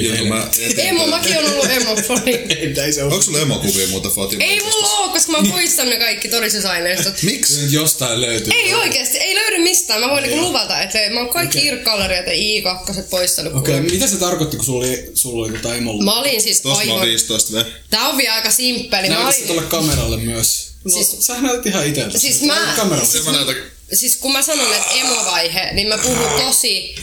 Ja kun mä Emo, mäkin on ollut emofoni. Ei, mitä ei se ole. Onko sulla emokuvia muuta Fatima? Ei mulla oo, koska mä oon poistanut ne kaikki todistusaineistot. Miksi? Jostain löytyy. Ei oikeesti, ei löydy mistään. Mä voin niinku luvata, että mä oon kaikki okay. irkkalleriat ja i2 poistanut. Okei, kuule. okay, mitä se tarkoitti, kun sulla oli, sulla oli tota emo? Mä olin siis Tuossa mä oon aivan... 15 vielä. Tää on vielä aika simppeli. Mä Näytä se olin... tuolle kameralle myös. No, siis, Siis- sähän näytät ihan iteltä. Siis mä- Kameralle. Sen mä näytän Siis kun mä sanon, että emovaihe, niin mä puhun tosi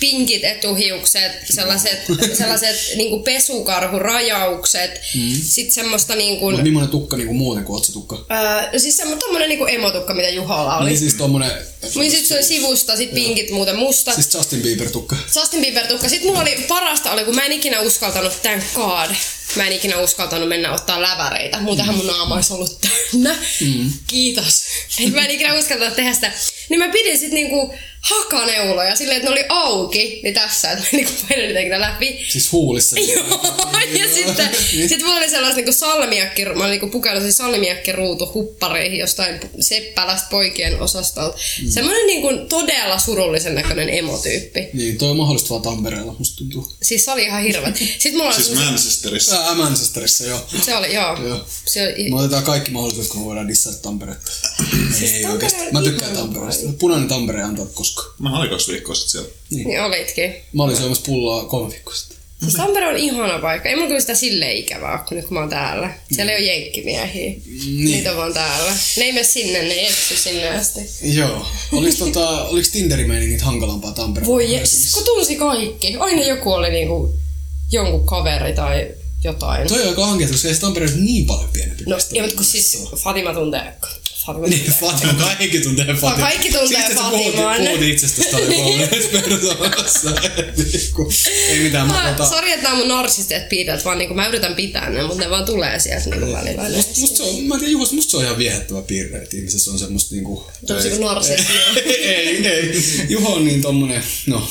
pinkit etuhiukset, sellaiset, sellaiset niinku pesukarhurajaukset, mm. sit semmoista niinku... Mut millainen tukka niinku muuten kuin otsatukka? Öö, siis semmo, tommonen niinku emotukka, mitä Juhalla oli. Niin siis tommonen... Niin sit se oli sivusta, sit pinkit muuten mustat. Siis Justin Bieber tukka. Justin Bieber tukka. Sitten mulla oli parasta oli, kun mä en ikinä uskaltanut, thank god, mä en ikinä uskaltanut mennä ottaa läväreitä. Muutenhan mun naama olisi ollut täynnä. Mm. Kiitos. Et mä en ikinä uskaltanut tehdä sitä. Niin mä pidin sit niinku hakaneuloja silleen, että ne oli auki, niin tässä, että mä en niinku painanut niitä ikinä läpi. Siis huulissa. Joo, ja sitten sit mulla oli sellaiset niinku salmiakki, mä olin niinku pukeutunut siis salmiakkiruutu huppareihin jostain Seppälästä poikien osastolta. Mm. Semmoinen niinku todella surullisen näköinen emotyyppi. Niin, toi on mahdollista vaan Tampereella, musta tuntuu. Siis se oli ihan hirveä. Sitten mulla oli siis semmoset- Manchesterissa. Tää Manchesterissa, joo. Se oli, joo. Joo. Se oli, Me otetaan kaikki mahdollisuudet, kun me voidaan dissata Tamperetta. Ei Tampere on oikeesti. Mä Siis ihana tykkään Tampereesta. Punainen Tampere ei antaa koskaan. Mä olin kaksi viikkoa sitten siellä. niin olitkin. Mä olin syömässä pulloa kolme viikkoa sitten. Siis Tampere on ihana paikka. Ei mulla kyllä sitä silleen ikävää ole, kun nyt kun mä oon täällä. Siellä ei ole jenkkimiehiä. Niin. Niitä on vaan täällä. Ne ei mene sinne, ne ei etsy sinne asti. Joo. Oliks, tota, oliks Tinderimeiningit hankalampaa Tampereella? Voi je, siis kun tunsi kaikki. Aina joku oli niinku jonkun kaveri tai jotain. Toi on aika hankea, koska ei se Tampere ole niin paljon pienempi. No, mesta. ja mut kun siis Fatima tuntee... Fatima Niin, tuntee. Fatima, kaikki tuntee Fatima. kaikki tuntee Siitä sä puhut- Fatiman. Puhut itsestäsi tällä perusomassa. Ei mitään, mä Mä, tota... sori, että nämä mun narsisteet piirteet, vaan niinku mä yritän pitää ne, mutta ne vaan tulee sieltä niinku välillä. Must, must Siis se on, mä en tiedä, Juhas, musta se on ihan viehättävä piirre, että ihmisessä on semmoista niinku... Tosi narsisti. ei, ei, ei. Juho on niin tommonen, no,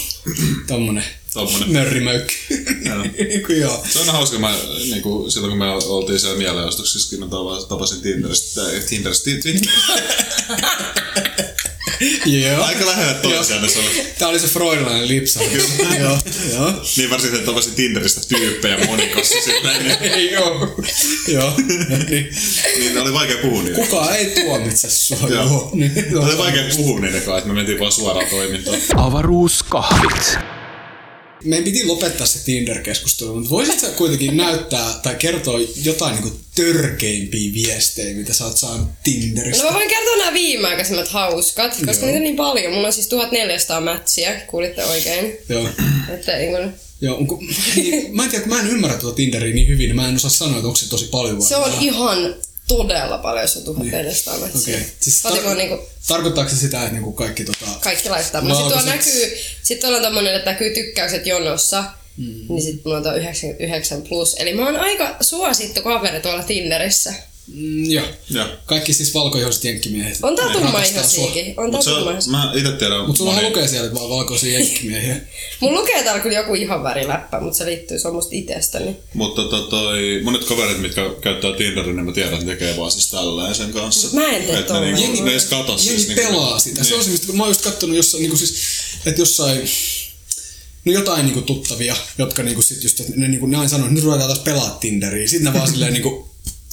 tommonen Tommonen. mörrimöykky. Joo. niinku joo. Se on hauska, mä, niinku, silloin kun me oltiin siellä mielenostuksissa, mä tava- tapasin Tinderistä, tai Tinderistä, Tin- Tin- Joo. aika lähellä toisiaan ne oli. Tää oli se freudilainen lipsa. joo, joo. Niin varsinkin, että tapasin Tinderistä tyyppejä monikossa sitten, niin, Ei joo. joo. Niin. niin oli vaikea puhua niiden. Kukaan ei tuomitse sua, Joo. Juho. Niin, joo. Oli vaikea puhua niiden kanssa, että me mentiin vaan suoraan toimintaan. Avaruuskahvit. Meidän piti lopettaa se Tinder-keskustelu, mutta voisit sä kuitenkin näyttää tai kertoa jotain niinku törkeimpiä viestejä, mitä sä oot saanut Tinderistä? No mä voin kertoa nämä viimeaikaisemmat hauskat, koska Joo. niitä on niin paljon. Mulla on siis 1400 mätsiä, kuulitte oikein. Joo. Että niin kun, Joo, onko, niin, mä en tiedä, kun mä en ymmärrä tuota Tinderia niin hyvin, niin mä en osaa sanoa, että onko se tosi paljon vai se on vähän. ihan todella paljon se 1400 mätsiä. Okei. Okay. Siis Siis tar- on niinku, Tarkoittaako se sitä, että niinku kaikki tota... kaikki laittaa. Mutta sitten tuolla Valkoiset. näkyy, sit tuolla on tommonen, että näkyy tykkäykset jonossa. Mm-hmm. Mm. Niin sit mulla on tuo 99 plus. Eli mä oon aika suosittu kaveri tuolla Tinderissä. Mm, joo. Joo. Kaikki siis valkoihoiset jenkkimiehet. On tää Ne rakastaa sua. tummaihoisiakin. On tää Mut se on, tummaihoisia. mä itse tiedän Mut sulla moni- lukee siellä vaan valkoisia jenkkimiehiä. Mun lukee täällä kyllä joku ihonväriläppä, mutta se liittyy, se on musta itsestäni. Mutta to, toi, monet kaverit, mitkä käyttää Tinderin, niin mä tiedän, että ne tekee vaan siis tälleen sen kanssa. Mut mä en tee Et ne, tolleen. niinku, Jengi- ne edes kato Jengi siis. siis pelaa niinku, sitä. Niin. Se on se, mistä mä oon just kattonut jossain, niinku siis, että jossain No jotain niinku tuttavia, jotka niinku sit just, että ne, niinku, ne aina sanoo, että nyt ruvetaan taas pelaa Tinderiä. Sitten ne vaan silleen niinku,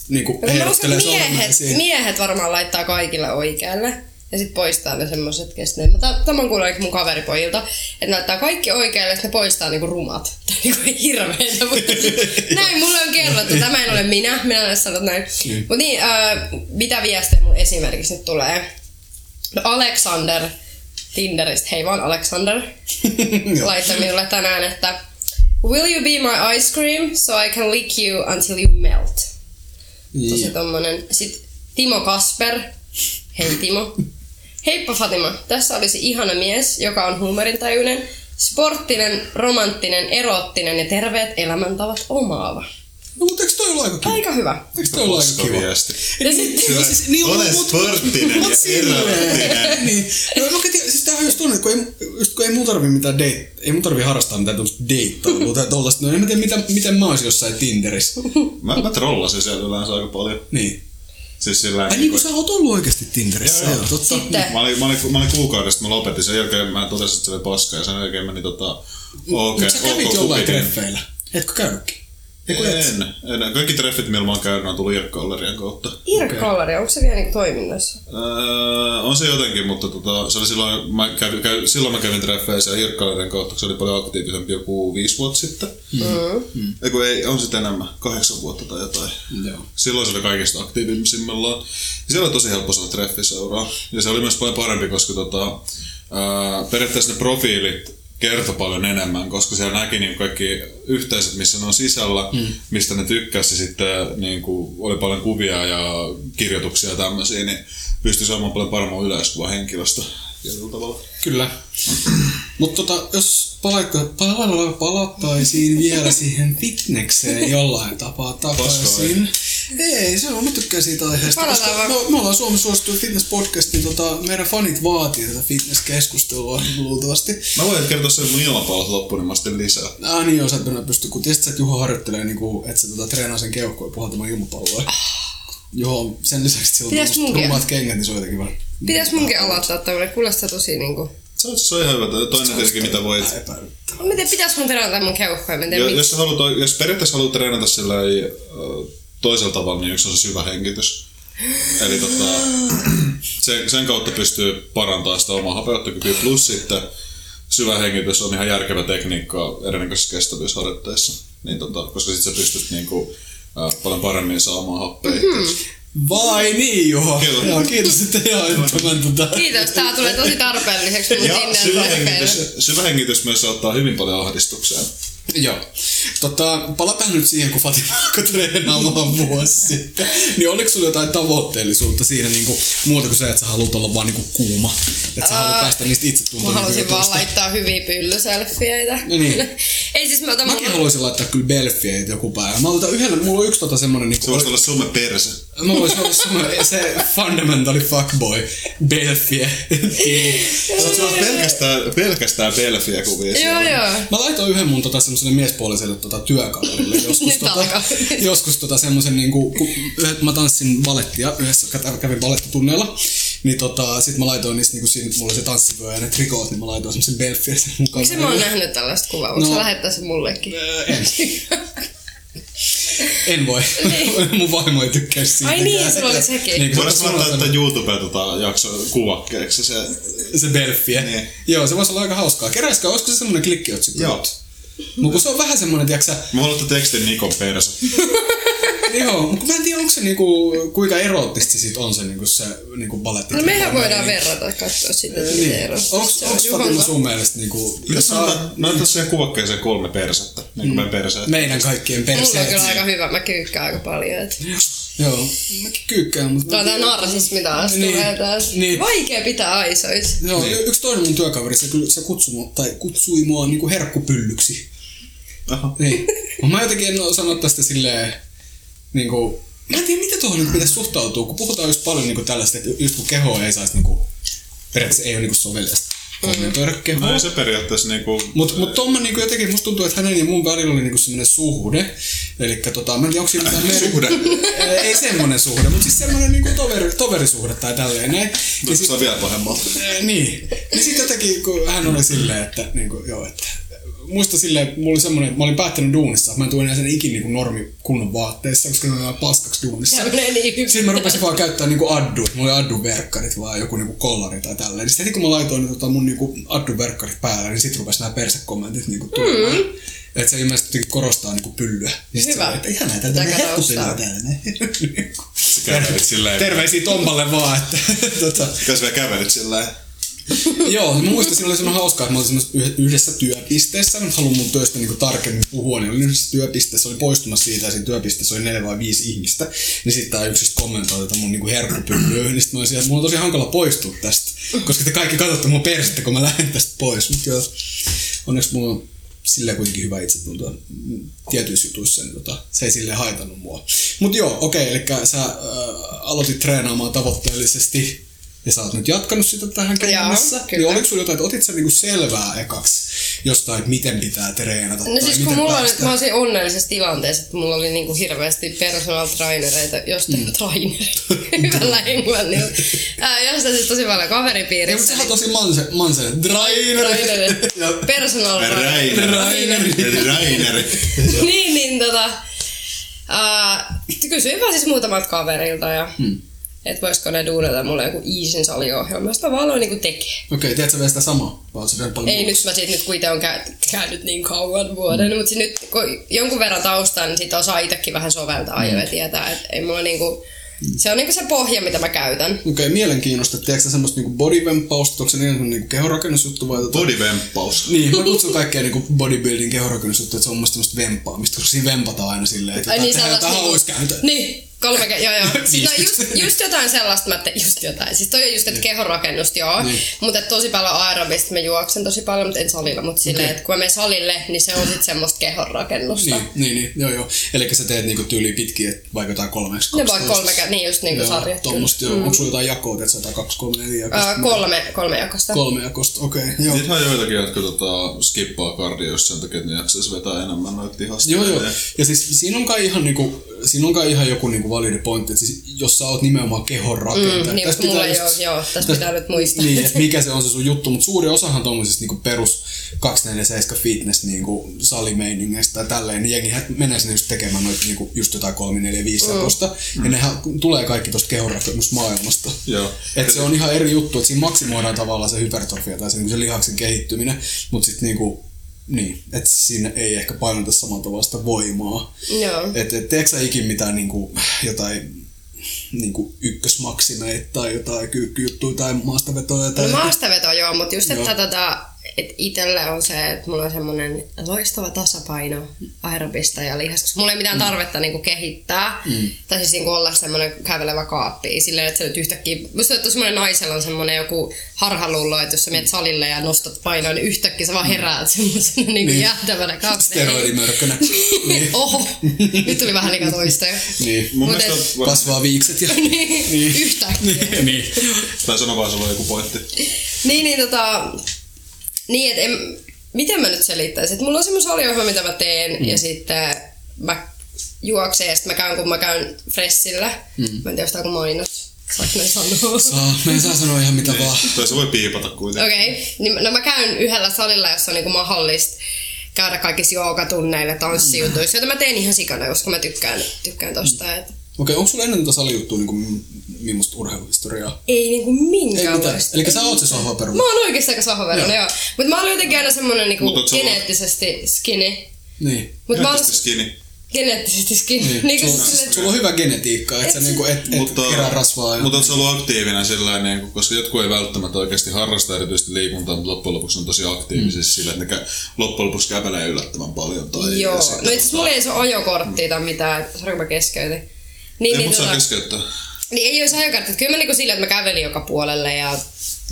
niinku Mä uskon, heiluttelee että miehet, sormeisiin. miehet varmaan laittaa kaikille oikealle. Ja sitten poistaa ne semmoset kesken. Mä tä- tämän kuulin ainakin mun kaveripojilta, että ne laittaa kaikki oikealle ja sit ne poistaa niinku rumat. Tää on niinku hirveetä, mutta näin mulle on kerrottu. Tämä en ole minä, minä en ole sanonut näin. Niin. Mutta niin, äh, mitä viestejä mun esimerkiksi nyt tulee? No Alexander Tinderistä, hei vaan Alexander, Joo. laittoi minulle tänään, että Will you be my ice cream so I can lick you until you melt? Tosi Joo. tommonen. Sitten Timo Kasper. Hei Timo. Heippa Fatima. Tässä olisi ihana mies, joka on huumorintajuinen, sporttinen, romanttinen, eroottinen ja terveet elämäntavat omaava. No, mutta eikö toi ole aika kiva? Aika hyvä. Eikö toi ole aika Paska kiva? viesti. Ja sitten Niin, siis, niin, Ole mut- mut- sporttinen mut ja silleen. erottinen. niin. No, no tiedä, siis tämähän on just tunne, kun ei, just kun ei mun tarvi mitään date, ei mun tarvi harrastaa mitään tuommoista deittailua tai tollaista. No en mä tiedä, miten, miten mä oisin jossain Tinderissä. Mä, mä trollasin siellä yleensä aika paljon. Niin. Siis sillä Ai niin kuin sä oot ollut oikeasti Tinderissä. Joo, Joo, joo. joo. totta. Sitten. Mä olin, mä, olin, mä olin kuukaudesta, mä lopetin sen jälkeen, mä totesin, että se oli paska ja sen jälkeen meni tota... Okei, Mutta sä kävit ok, jollain kupitin. treffeillä. Etkö käynytkin? Eiku et? En, en. Kaikki treffit, millä mä oon käynyt, on tullut Irkka Ollerian kautta. niin. Irk Kalleri, onko se vielä niinku toiminnassa? Öö, on se jotenkin, mutta tota, se oli silloin, mä kävin, kävin, silloin mä kävin treffeissä Irkkaleiden kautta, kun se oli paljon aktiivisempi joku viisi vuotta sitten. Mm. Eiku, ei, on sitä enemmän, kahdeksan vuotta tai jotain. Joo. Silloin se oli kaikista aktiivisimmillaan. Ja se oli tosi helppo saada treffiseuraa. Ja se oli myös paljon parempi, koska tota, ää, periaatteessa ne profiilit kertoi paljon enemmän, koska siellä näki niin kaikki yhteisöt, missä ne on sisällä, mm. mistä ne tykkäsi sitten, niin kuin, oli paljon kuvia ja kirjoituksia ja tämmöisiä, niin pystyi saamaan paljon paremman yleiskuva henkilöstä tietyllä tavalla. Kyllä. Mutta tota, jos palaita, palata, palattaisiin vielä siihen fitnekseen jollain tapaa takaisin. Ei, se on, mä tykkään siitä aiheesta. Palataan koska vaan. Me, me, ollaan Suomessa suosittu fitness podcast, niin tota, meidän fanit vaatii tätä fitness-keskustelua niin luultavasti. Mä voin kertoa sen, että mun ilmapallot loppu, niin mä sitten lisää. Ah niin joo, sä et mennä pysty, kun tiesit sä, että Juho harjoittelee, niin kuin, että se tota, treenaa sen keuhkoja puhaltamaan ilmapalloa. Juho, on sen lisäksi että sillä on Ah. Pitäis tommoset munkin- rummat kengät, niin se on jotenkin vähän... Pitäis munkin aloittaa tämmönen, kuulostaa tosi niinku... Se on, se on ihan hyvä. Toinen tietenkin, mitä voit Vähän epäilyttävää. Mä en tiedä, pitäis mun treenata mun keuhkoja, mä en tiedä Jo, miksi. jos, sä haluat, oik- jos periaatteessa haluat treenata sillä ei, ö, toisella tavalla, niin yksi on se syvä hengitys. Eli tota, sen, sen kautta pystyy parantamaan sitä omaa hapeuttokykyä, plus sitten syvä hengitys on ihan järkevä tekniikka erinäköisissä kestävyysharjoitteissa. Niin tota, koska sitten sä pystyt niinku, ö, paljon paremmin saamaan happea mm-hmm. Vai niin Juho? Kyllä. Joo, kiitos, että jaoit tämän tota... Kiitos, tää tulee tosi tarpeelliseksi mun Ja syvä Tinder-treffeillä. hengitys, syvä hengitys myös saattaa hyvin paljon ahdistukseen. Joo. Tota, palataan nyt siihen, kun Fatima alkoi treenaamaan vuosi sitten. Niin oliko sulla jotain tavoitteellisuutta siinä niinku, muuta kuin se, että sä haluat olla vaan niinku kuuma? Että sä haluat päästä niistä itse Mä tuntoon. halusin vaan laittaa hyviä pyllyselfieitä. No niin. Ei siis mä otan Mäkin haluaisin laittaa kyllä belfieitä joku päivä. Mä otan yhden, mulla on yksi tota semmonen Se niinku... voisi olla summe perse. Mä voisin olla semmonen, se fundamental fuckboy, belfie. Sä oot pelkästään, pelkästään pelfiä kuvia Joo, siellä. joo. Mä laitoin yhden mun tota semmoiselle miespuoliselle tota työkaverille joskus, Nyt tota, alkaa. joskus tota semmoisen niinku, kun yhdet, mä tanssin balettia, yhdessä kä- kävin balettitunneilla, niin tota, sit mä laitoin niistä niinku siinä, mulla oli se tanssivyö ja ne trikoot, niin mä laitoin semmoisen belfiä sen mukaan. Miksi mä oon nähnyt tällaista kuvaa? Voiko Niin. No. Öö, sä lähettää se mullekin? No, en. en voi. mun vaimo ei tykkää siitä. niin, sulla oli sekin. Niin, kun Voidaan sulla on laittaa tämmönen- että YouTubeen tota jakso kuvakkeeksi se. se belfiä. Niin. Joo, se voisi olla aika hauskaa. Keräisikö, olisiko se semmoinen klikkiotsikko? Joo. Mutta kun se on vähän semmoinen, tiiäksä, Mä haluan tekstin Nikon perse. joo, mutta mä en tiedä, onko se niinku, kuinka erottista se sit on se niinku se niinku baletti. No mehän voidaan verrata, katsoa sitä, että miten Niin. eroista Onko se on. Fatima Jumalauta. sun mielestä niinku, Jos jos mä saa antan- mä otan siihen kuvakkeeseen kolme persettä, niin Mm. kuin meidän perseet. meidän kaikkien Mulla on perseet? kyllä aika hyvä, mä kyykkään aika paljon. Et. Niin. Joo, mäkin kyykkään, mutta... Tää on tää narsismi taas Niin. tulee taas. Niin. Vaikea pitää aisois. Joo, y- yksi toinen mun työkaveri, se, kyllä, se kutsui, mua, tai kutsui mua niinku herkkupyllyksi. Aha. Niin. Mut mä jotenkin en oo sanonut tästä silleen, niinku, Mä en tiedä, miten tuohon niinku pitäisi suhtautua, kun puhutaan just paljon niinku tällaista, että just kun kehoa ei saisi niinku, periaatteessa ei ole niinku sovellista Mm-hmm. kommentoida kehoa. No ei se periaatteessa niinku... Mutta mut Tomma niinku jotenkin, musta tuntuu, että hänen ja mun välillä oli niinku semmoinen suhde. Eli tota, mä en tiedä, onko siinä mitään mer- Suhde. Ei- ei semmoinen suhde, mutta siis semmoinen niinku toveri, toverisuhde tai tälleen näin. Ja sit, No, Se on vielä pahemmalta. ää, niin. Niin sit jotenkin, kun hän oli silleen, että niinku, joo, että muista silleen, mulla oli semmoinen, mä olin päättänyt duunissa, että mä en tule enää sen ikin niinku normi kunnon vaatteissa, koska ne on aivan paskaksi duunissa. Se niin meni Sitten mä rupesin vaan käyttää niinku addu, mulla oli addu-verkkarit vaan joku niinku kollari tai tälleen. Niin sit heti kun mä laitoin tota mun niinku addu-verkkarit päälle, niin sit rupes nämä persekommentit niinku tulemaan. Mm. Et se ilmeisesti jotenkin korostaa niinku pyllyä. Ja sit Hyvä. Se, oli, että ihanaa, täältä Pitää me katsoa hetkuttelua taustaa. täällä. Niinku. ne. Sä kävelet silleen. Terveisiä Tompalle vaan, että tota, Kas vielä kävelet silleen. Joo, mä muistan, siinä oli semmoinen hauskaa, että mä olin semmoisessa yh- yhdessä työpisteessä, mä nyt haluan mun työstä niinku tarkemmin puhua, niin olin yhdessä työpisteessä, oli poistumassa siitä, ja siinä työpisteessä oli neljä vai viisi ihmistä, niin sitten tää yksi sitten kommentoi tätä mun niinku herkkupyllyä, niin sit mä olin siellä, että mulla on tosi hankala poistua tästä, koska te kaikki katsotte mun persettä, kun mä lähden tästä pois, mutta joo, onneksi mulla on sillä kuitenkin hyvä itsetunto mm, tietyissä jutuissa, niin tota, se ei silleen haitannut mua. Mutta joo, okei, okay, eli sä äh, aloitit treenaamaan tavoitteellisesti, ja sä oot nyt jatkanut sitä tähän käynnissä. Joo, Niin kyllä. oliko sulla jotain, että otit sä niinku selvää ekaksi jostain, että miten pitää treenata No tai siis kun miten mulla oli, päästään? mä olisin onnellisessa tilanteessa, että mulla oli niinku hirveästi personal trainereita, josta mm. trainereita, hyvällä englannilla. Ää, josta siis tosi paljon Ei, mutta kaveripiirissä. sehän on tosi manse, manse, trainer. Trainerit. Ja- Personal trainer. Raineri. Raineri. Raineri. niin, niin tota... Uh, kysyin vaan siis muutamalta kaverilta ja... Mm. Hmm. Että voisiko ne duunata mulle joku Iisin saliohjelma, josta mä vaan aloin niinku tekee. Okei, teet sä vielä sitä samaa? Vai oot sä vielä paljon Ei muuta? nyt mä siitä nyt kun itse on käy- käynyt niin kauan vuoden, mm. mutta nyt kun jonkun verran taustaa, niin sit osaa itsekin vähän soveltaa mm. ja tietää, että ei mulla niinku, se on niinku se pohja, mitä mä käytän. Okei, mielenkiinnosta. Teekö sä semmoista niinku bodyvempausta? Onko se niin semmoinen niinku kehorakennusjuttu vai tota? Bodyvempaus. Niin, mä kutsun kaikkea niinku bodybuilding kehorakennusjuttu, että se on mun mielestä semmoista vempaamista, koska siinä vempataan aina silleen, että jotain tehdään sellaista jotain niinku- hauskäyntö. Niin, kolme ke- joo joo. Siis no just, Viistystä. just jotain sellaista, mä te- just jotain. Siis toi on just, että kehonrakennusta joo, Niin. mutta tosi paljon aerobista mä juoksen tosi paljon, mutta en salilla, mutta silleen, Okei. että kun mä menen salille, niin se on sit semmoista kehonrakennusta. Niin, niin, niin, joo joo. Eli sä teet niinku tyyli pitkiä, vaikka jotain kolmeksi. Ne vaan 12. kolme, kä- niin just niinku Joo, sarjat. kyllä. tuommoista, joo. Onko sulla jotain jakoa, teet sä jotain kaksi, kolme, neljä jakosta? Ää, kolme, kolme jakosta. Kolme jakosta, okei, okay, joo. Niitä on joitakin, jotka tota, skippaa kardioissa sen takia, että ne jaksaisi vetää enemmän noita lihasta. Joo, joo. Ja siis siinä on kai ihan, niinku, siinä on kai ihan joku niinku validi pointti, että siis, jos sä oot nimenomaan kehon rakentaja. Mm, niin, Tässä mulla pitää ei oo, joo, tässä pitää nyt muistaa. Niin, että mikä se on se sun juttu, mutta suuri osahan tommosista niinku perus 247 fitness niinku salimeiningeistä tai tälleen, niin jengihän menee sinne just tekemään noita niinku just jotain 3, 4, 5 mm. ja nehän tulee kaikki tosta kehonrakennusmaailmasta. Joo. Et se on ihan eri juttu, että siinä maksimoidaan tavallaan se hypertrofia tai se, niinku se lihaksen kehittyminen, mutta sitten niinku, niin, että siinä ei ehkä painota samalla tavalla sitä voimaa. Joo. Et, et teekö sä ikin mitään niinku, jotain niinku ykkösmaksimeita tai jotain kyykkyjuttuja tai maastavetoja tai... No maastaveto joo, mutta just että Joo. tota, et itellä on se, että mulla on semmoinen loistava tasapaino aerobista ja lihasta, koska mulla ei Mm. mitään tarvetta niinku kehittää, mm. tai siis niinku olla semmoinen kävelevä kaappi, silleen, että se nyt yhtäkkiä, musta tuntuu, että semmoinen naisella on semmoinen joku harhalullo, että jos sä menet salille ja nostat painoa, niin yhtäkkiä sä vaan heräät semmoisena niinku Mm. Niin. jäätävänä kaappi. Steroidimörkkönä. niin. Oho, nyt tuli vähän liikaa toistoja. niin. Mun Mut mielestä et- on, Kasvaa viikset ja... Niin. Yhtäkkiä. niin. tai sano vaan, sulla on joku pointti. Niin, niin tota... Niin, että en, miten mä nyt selittäisin? Et mulla on semmoinen saliohjelma, mitä mä teen, mm. ja sitten mä juoksen, ja sitten mä käyn, kun mä käyn fressillä. Mm. Mä en tiedä, onko tää joku mainos. Saanko mä sanoa? Saa, Ah, mä en saa sanoa ihan mitä vaan. Toi Niin. se voi piipata kuitenkin. Okei, okay. niin, no mä käyn yhdellä salilla, jossa on niinku mahdollista käydä kaikissa joogatunneilla, tanssijutuissa, joita mä teen ihan sikana, koska mä tykkään, tykkään Mm. tosta. Et. Okei, onko sulla ennen tätä salijuttua niinku m- millaista urheiluhistoriaa? Ei niinku Ei mitään. minkäänlaista. Eli sä oot se sohvaperu. Mä oon oikeastaan aika sohvaverinen, Joo. joo. Mutta mä oon jotenkin aina semmonen Mut niinku oot sä ollut- geneettisesti skinny. Niin. Mutta mä oon Tietysti skinny. geneettisesti skinny. Niin, Niin, kuin sulla, sille- sulla on hyvä genetiikka, että sä Et- niinku et, et Mutta, kerää rasvaa. Ja... mutta äh, on se ollut aktiivinen sillä tavalla, niin, koska jotkut ei välttämättä oikeasti harrasta erityisesti liikuntaa, mutta loppujen lopuksi on tosi aktiivisia mm. sillä, että ne kä- loppujen lopuksi kävelee yllättävän paljon. Tai Joo. ja No sitten- itse asiassa mulla ei se ole ajokorttia tai mitään, että saanko mä keskeytin. Niin, Ei, niin, mutta saa tota, keskeyttää. niin ei olisi ajokarttia. Kyllä mä niinku sillä, että mä kävelin joka puolelle ja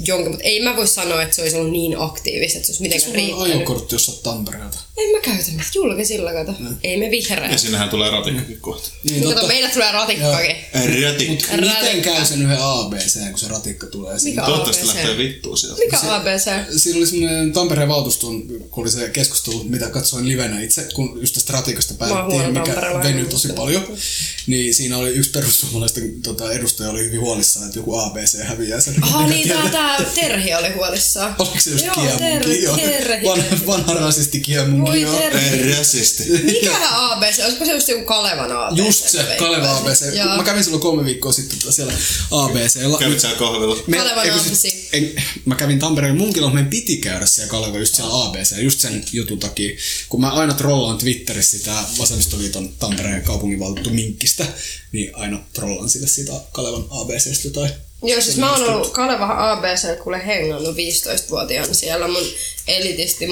jonkin, mutta ei mä voi sanoa, että se olisi ollut niin aktiivista, että se olisi mitenkään Sulla siis on riittänyt. ajokortti, Niin. jos sä oot Tampereelta. En mä käytä mitään julkisilla, kato. Ei me vihreä. Ja sinnehän tulee ratikkakin kohta. Äh, Niin, Kato, meillä tulee ratikkakin. Ratikka. Mut miten käy sen yhden ABC, kun se ratikka tulee sinne? Mikä Toivottavasti ABC? lähtee vittuun sieltä. Mikä on ABC? Siinä oli semmoinen Tampereen valtuuston, kun oli se keskustelu, mitä katsoin livenä itse, kun just tästä ratikasta päätettiin, huono mikä tamperelainen. venyi tosi paljon. Niin siinä oli yksi perussuomalaisten tota, edustaja oli hyvin huolissaan, että joku ABC häviää sen. Aha, ratikatien. niin tää, tää Terhi oli huolissaan. Oliko se just Joo, kiemunkin? Terhi, Joo, Terhi. Vanha, vanha rasisti kiemunkin, Voi joo. Terhi. Äh, Rasisti. Mikähän ABC? Olisiko se just joku Kalevan ABC? Just se, Kaleva ABC. Joo. Mä kävin silloin kolme viikkoa sitten siellä ABClla. Kävit sä kahvilla? Me- Kalevan ei, kun office. siis- en, mä kävin Tampereen munkilla, meidän piti käydä siellä Kaleva just siellä ABC, just sen jutun takia, kun mä aina trollaan Twitterissä sitä vasemmistoliiton Tampereen kaupunginvaltuutettu Minkkistä, niin aina trollaan sille siitä Kalevan ABCstä jotain. Joo, siis mä oon ollut Kalevahan ABC kuule hengannut 15-vuotiaana siellä mun elitisti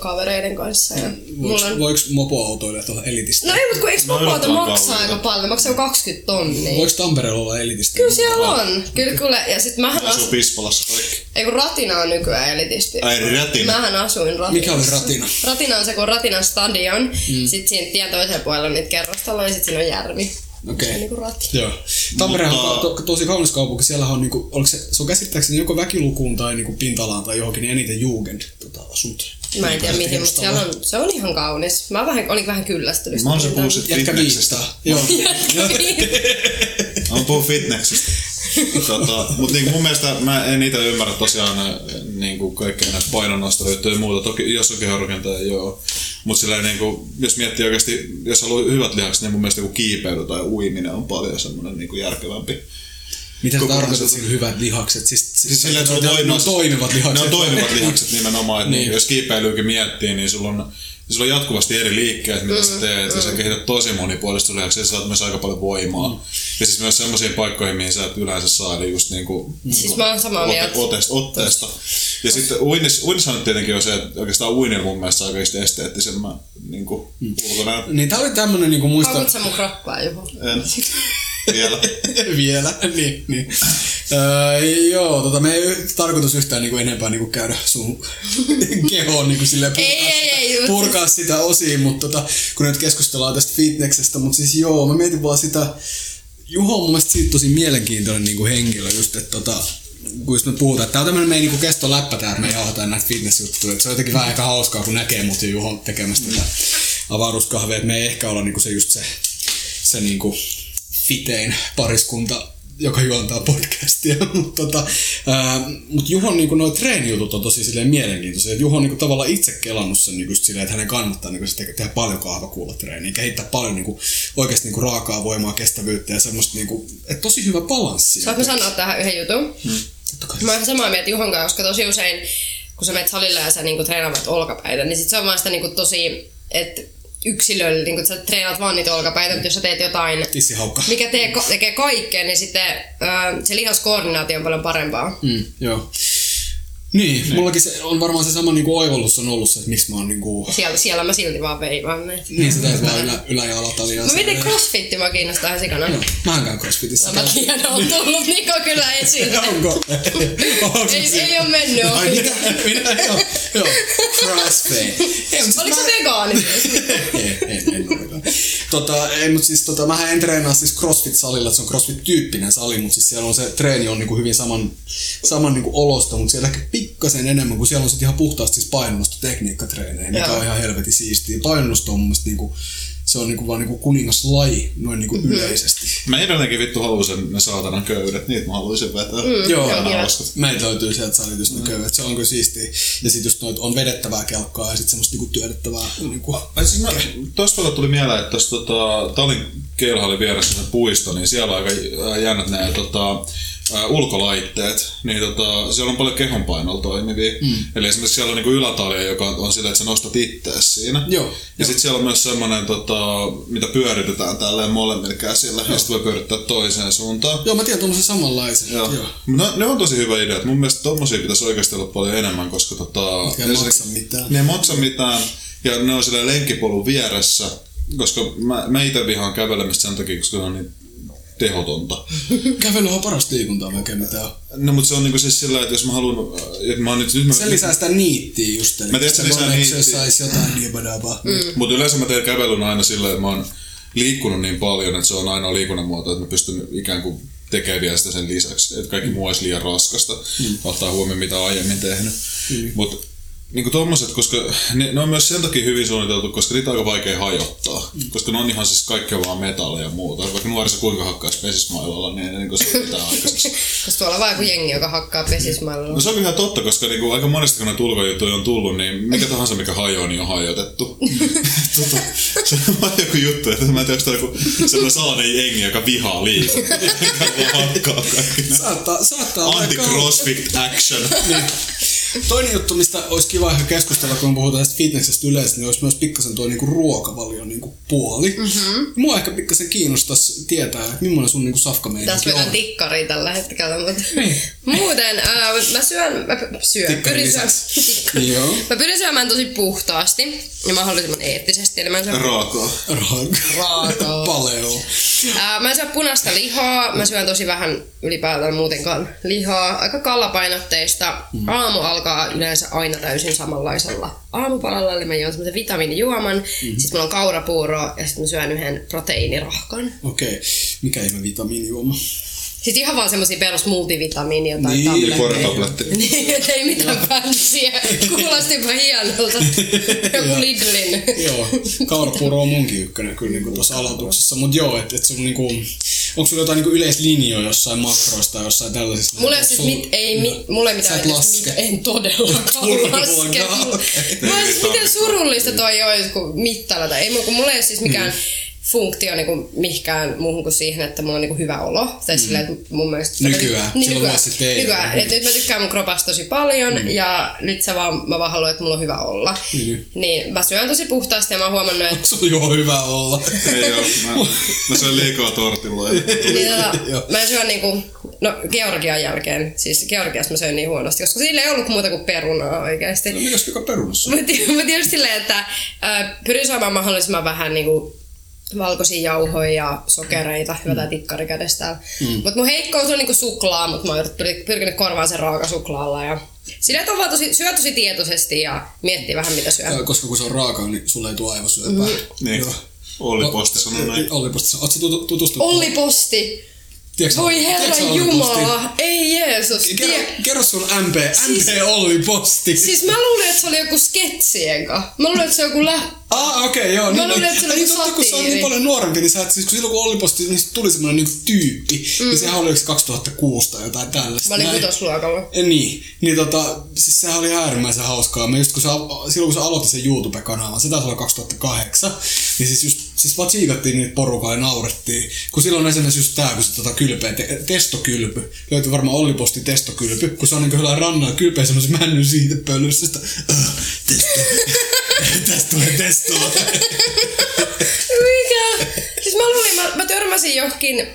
kavereiden kanssa. Ja Mm, mulla Voiko, on... voiko mopoautoilijat olla elitistä? No ei, mutta kun eikö No, mopoauto jotain maksaa kalliita. aika paljon? Maksaa 20 tonnia. Voiko Tampereella olla elitistä? Kyllä siellä on. Kyllä, kyllä. Ja sit mähän Asuu asun... Pispalassa kaikki. Äh, Ei kun Ratina on nykyään elitisti. Ai ratina. Mähän asuin Ratinassa. Mikä oli Ratina? Ratina on se, kun on Ratinan stadion. Mm. Sitten siinä tien toisella puolella on niitä kerrostaloja ja sitten siinä on järvi. Okei. Se on niinku Ratina. Joo. Tampere on Mutta- to, tosi kaunis kaupunki. Siellä on, niinku, oliko se, se on käsittääkseni joko väkilukuun tai niinku pinta-alaan tai johonkin niin eniten jugend tota, asuntoja. Mä en tiedä mihin, mutta Kiinnostavaa. siellä on, se on ihan kaunis. Mä vähän, olin vähän kyllästynyt. Mä oon se siitä. puhuisit Jätkä fitneksestä. viistaa. Joo. Mä oon puhunut fitneksestä. Tota, mut niinku mun mielestä mä en niitä ymmärrä tosiaan nää, niinku kaikkea näitä painonnostojuttuja ja muuta. Toki jos on kehorakentaja, joo. Mut silleen niinku, jos miettii oikeesti, jos haluaa hyvät lihakset, niin mun mielestä joku kiipeily tai uiminen on paljon semmonen niinku järkevämpi. Mitä sä Koko tarkoitat ajan- sillä hyvät lihakset? Siis, siis, Siis silleen, että sulla ne, on- ne on voimas- toimivat lihakset. Niin, Ne on toimivat lihakset nimenomaan. Että niin. Jos kiipeilyäkin miettii, niin sulla on, sulla on jatkuvasti eri liikkeet, mitä sä teet. Ja sä kehität tosi monipuolista lihaksia ja sä saat myös aika paljon voimaa. Ja siis myös semmoisiin paikkoihin, mihin sä et yleensä saa, eli just niinku... Siis mä oon samaa mieltä. Otteesta, otteesta. Ja sitten uinis, uinissahan nyt tietenkin on se, että oikeastaan uinilla mun mielestä aika just esteettisemmän niin ulkonäön. Niin tää oli tämmönen niinku muista Haukut sä mun kroppaa, Juho? En. Vielä. vielä. niin, niin. Öö, joo, tota, me ei y- tarkoitus yhtään niinku enempää niinku käydä sun kehoon niinku silleen purkaa, Ei, ei, sitä, ei, just- siis- purkaa sitä osiin, mutta tota, kun nyt keskustellaan tästä fitneksestä, mutta siis joo, mä mietin vaan sitä, Juho on mun mielestä siitä tosi mielenkiintoinen niinku henkilö just, että tota, kun just me puhutaan, että tää on tämmönen meidän niinku kesto läppä tää, että me jauhataan näitä fitnessjuttuja, että se on jotenkin vähän ehkä hauskaa, kun näkee mut ja Juhon tekemästä tätä avaruuskahvea, että me ei ehkä olla niinku se just se se niinku fitein pariskunta, joka juontaa podcastia, mutta tota, ää, mut Juhon niinku noi treenijutut on tosi silleen mielenkiintoisia, että Juho on niinku tavallaan itse kelannut sen niinku just silleen, että hänen kannattaa niinku se te- tehdä paljon kahvakuulotreeniä, kehittää paljon niinku oikeasti niinku raakaa voimaa, kestävyyttä ja semmoista niinku, että tosi hyvä balanssi. Saat mä sanoa tähän yhden jutun? Mm. Totta kai. Mä oon ihan samaa mieltä Juhon kanssa, koska tosi usein, kun sä menet salille ja sä niinku treenaat olkapäitä, niin sit se on vaan sitä niinku tosi, että yksilöllä, niinku, että sä treenaat vaan niitä olkapäitä, mutta jos sä teet jotain, Tissihaukka. mikä tee, tekee kaikkea, niin sitten öö, se lihaskoordinaatio on paljon parempaa. Mm, joo. Niin, niin, mullakin se on varmaan se sama niinku oivallus on ollut se, että miksi mä oon niinku... Siellä, siellä mä silti vaan veivaan näitä. Niin, se täytyy vaan ylä, ylä- ja alatalia. No miten crossfitti mä kiinnostaa ihan sikana? Joo, mä en käy crossfitissä. Mä tiedän, on tullut Niko kyllä esille. Onko? ei, ei ole mennyt siis- Ai ohi. mitä? Minä joo. Joo. Crossfit. Ei, mut siis Oliko mä- se vegaani? Ei, ei, en olekaan. Tota, ei, mut siis tota, mähän en treenaa siis CrossFit-salilla, että se on CrossFit-tyyppinen sali, mutta siis siellä on se treeni on niinku hyvin saman, saman niinku olosta, mutta siellä ehkä pikkasen enemmän, kun siellä on sit ihan puhtaasti siis painonnostotekniikkatreenejä, mikä Joo. on ihan helvetin siistiä. Painonnosto on mun mielestä niinku, se on niinku vaan niinku kuningaslaji noin niinku Mhm. yleisesti. Mä edelleenkin vittu haluaisin ne saatanan köydet, niitä mä haluaisin vetää. Mm, Joo. Joo. Aina oskat. Näitä löytyy sieltä salitystä mm. köydet, se on kyllä siistiä. Ja sit just noit on vedettävää kelkkaa ja sit semmoista niinku työdettävää. Niinku. Ai siis mä, tosta tuli mieleen, että tuossa tota, Talin keilhallin vieressä se puisto, niin siellä on aika ää, jännät nämä tota, ää, ulkolaitteet, niin tota, siellä on paljon kehonpainolla toimivia. Mm. Eli esimerkiksi siellä on niinku ylätalia, joka on sillä, että sä nostat ittees siinä. Joo. Ja sitten siellä on myös semmoinen, tota, mitä pyöritetään tälleen molemmilla käsillä, ja sitten voi pyörittää toiseen suuntaan. Joo, mä tiedän tuommoisen samanlaisen. Joo. Joo. No, ne on tosi hyvä idea. Mun mielestä tommosia pitäisi oikeasti olla paljon enemmän, koska tota... Mitkä ei ensinnäkin- maksa mitään. Ne ei maksa mitään. Ja ne on siellä lenkkipolun vieressä, koska mä, mä itse vihaan kävelemistä sen takia, koska ne on niin tehotonta. Kävely on parasta liikuntaa vaikka ei mitään. No mutta se on niinku siis sillä, että jos mä haluan, että mä oon nyt, nyt mä, Se lisää sitä niittiä just. Eli Mä tiedän, se lisää niittiä. Se saisi jotain diabadabaa. Mm. Mutta yleensä mä teen kävelyn aina sillä, että mä oon liikkunut niin paljon, että se on ainoa liikunnan muoto, että mä pystyn ikään kuin tekemään vielä sitä sen lisäksi. Että kaikki muu olisi liian raskasta, mm. ottaa huomioon mitä on aiemmin tehnyt. Mm. Mutta niin kuin tommoset, koska ne, ne, on myös sen takia hyvin suunniteltu, koska niitä on aika vaikea hajottaa. Mm. Koska ne on ihan siis kaikkea vaan metalleja ja muuta. Vaikka nuoriso kuinka hakkaisi pesismailalla, niin ei ne niin se mitään aikaiseksi. Koska tuolla on vaan joku jengi, joka hakkaa pesismallilla. No se on kyllä ihan totta, koska niinku aika monesti kun ne tulvajuttuja on tullut, niin mikä tahansa mikä hajoaa, niin on hajotettu. tota, se on vaan joku juttu, että mä en tiedä, onko tää joku sellainen salainen jengi, joka vihaa liikuntaa. Joka vaan hakkaa kaikki. Saattaa, saattaa olla kauan. Anti-crossfit action. Toinen juttu, mistä olisi kiva ehkä keskustella, kun puhutaan tästä fitnessestä yleensä, niin olisi myös pikkasen tuo niinku ruokavalio niinku puoli. Mm-hmm. Mua ehkä pikkasen kiinnostaisi tietää, että millainen sun niinku Tässä safkameininki on. vedän tikkaria tällä hetkellä, mutta muuten ää, mä syön, mä p- syön, Niin. Tikkarin pyrin syömään, lisäksi. Tikkari. Joo. mä pyrin syömään tosi puhtaasti ja mahdollisimman eettisesti, eli mä en syö Raakaa. Raak. Raakaa. Paleo. Ää, mä en syö punaista lihaa, mä syön tosi vähän ylipäätään muutenkaan lihaa, aika kallapainotteista. Mm. Aamu alkaa yleensä aina täysin samanlaisella aamupalalla, eli mä juon semmoisen vitamiinijuoman, mm-hmm. sitten mulla on kaurapuuroa ja sitten mä syön yhden proteiinirahkan. Okei, okay. mikä ihme vitamiinijuoma? Sitten ihan vaan semmosia perus multivitamiinia tai Niin, tabletteja. Liporetabletti. Niin, et ei mitään fansia. Kuulostipa hienolta. Joku Joo. Lidlin. joo, kaurapuuro on munkin ykkönen kyllä niinku tuossa aloituksessa, mutta joo, että et sun niinku, onko sulla jotain niinku yleislinjoja jossain makroista tai jossain tällaisista? Mulla ei siis Sul- mit, ei, mi, mulla ei mitään Sä et edes laske. mit- en todellakaan laske. Todellakaan, Mulla- okei. Mulla on Ei siis mitään miten surullista toi on joku mittarata. Ei, mulla- kun mulla ei ole siis mikään Mm. funktio niin mihinkään muuhun kuin siihen, että mulla on niin hyvä olo. Tai mm. silleen, että mun mielestä... Nykyään. Niin, Silloin nykyään. vuosi sitten ei nykyään. ollut. Et nyt mä tykkään mun kropasta tosi paljon mm. ja nyt se vaan, mä vaan haluan, että mulla on hyvä olla. Mm. Niin mä syön tosi puhtaasti ja mä oon huomannut, että Sulla on hyvä olla. Ei oo, mä, mä syön liikaa tortilloja. Niin, tota, Joo. mä syön niinku, no Georgian jälkeen, siis Georgiasta mä söin niin huonosti, koska sillä ei ollut muuta kuin perunaa oikeesti. No mikäs pika perunassa? Mä tii- mä tietysti silleen, että ää, pyrin syömään mahdollisimman vähän niinku valkoisia jauhoja ja sokereita, hyvä tää tikkari kädessä täällä. Mm. Mut mun heikkous on niinku suklaa, mut mä oon pyr- pyrkinyt korvaan sen raakasuklaalla ja sillä on vaan tosi, syö tosi tietoisesti ja miettii vähän mitä syö. Joo, Koska kun se on raakaa, niin sulle ei tule aivosyöpää. Mm. Niin. Olli Posti sanoi näin. Olli Posti, ootko tutu- tutustunut? Olli Posti! Tiedätkö sä- Voi tiedätkö sä herran Olli Postin? jumala! Ei Jeesus! Kerro, Tie- kerro sun MP, Siis- MP Olli Posti. Siis mä luulen, että se oli joku sketsien kanssa. Mä luulen, että se on joku lä... Ah, okei, okay, joo. Mä luulen, että se oli Ei, totta, kun se on niin satiiri. paljon nuorempi, niin sä et, siis kun silloin kun Olli Posti, niin tuli semmoinen niinku tyyppi. Mm. Niin sehän oli yksi 2006 tai jotain tällaista. Mä olin Näin. kutosluokalla. Eh, Niin, niin tota, siis sehän oli ihan äärimmäisen hauskaa. Mä just kun se, al- silloin kun se aloitti sen YouTube-kanavan, se taisi olla 2008, niin siis just, siis vaan tsiikattiin niitä porukaa ja naurettiin. Kun silloin esimerkiksi just tää, kun se tota kylpeä, te, testokylpy, löytyi varmaan Olli Posti testokylpy, kun se on niinku jollain rannalla kylpeä semmoisen männyn siitä pölyssä, sitä, "Öh, testo, tästä tulee testoa. Mikä? Siis mä luulin, mä, mä törmäsin johonkin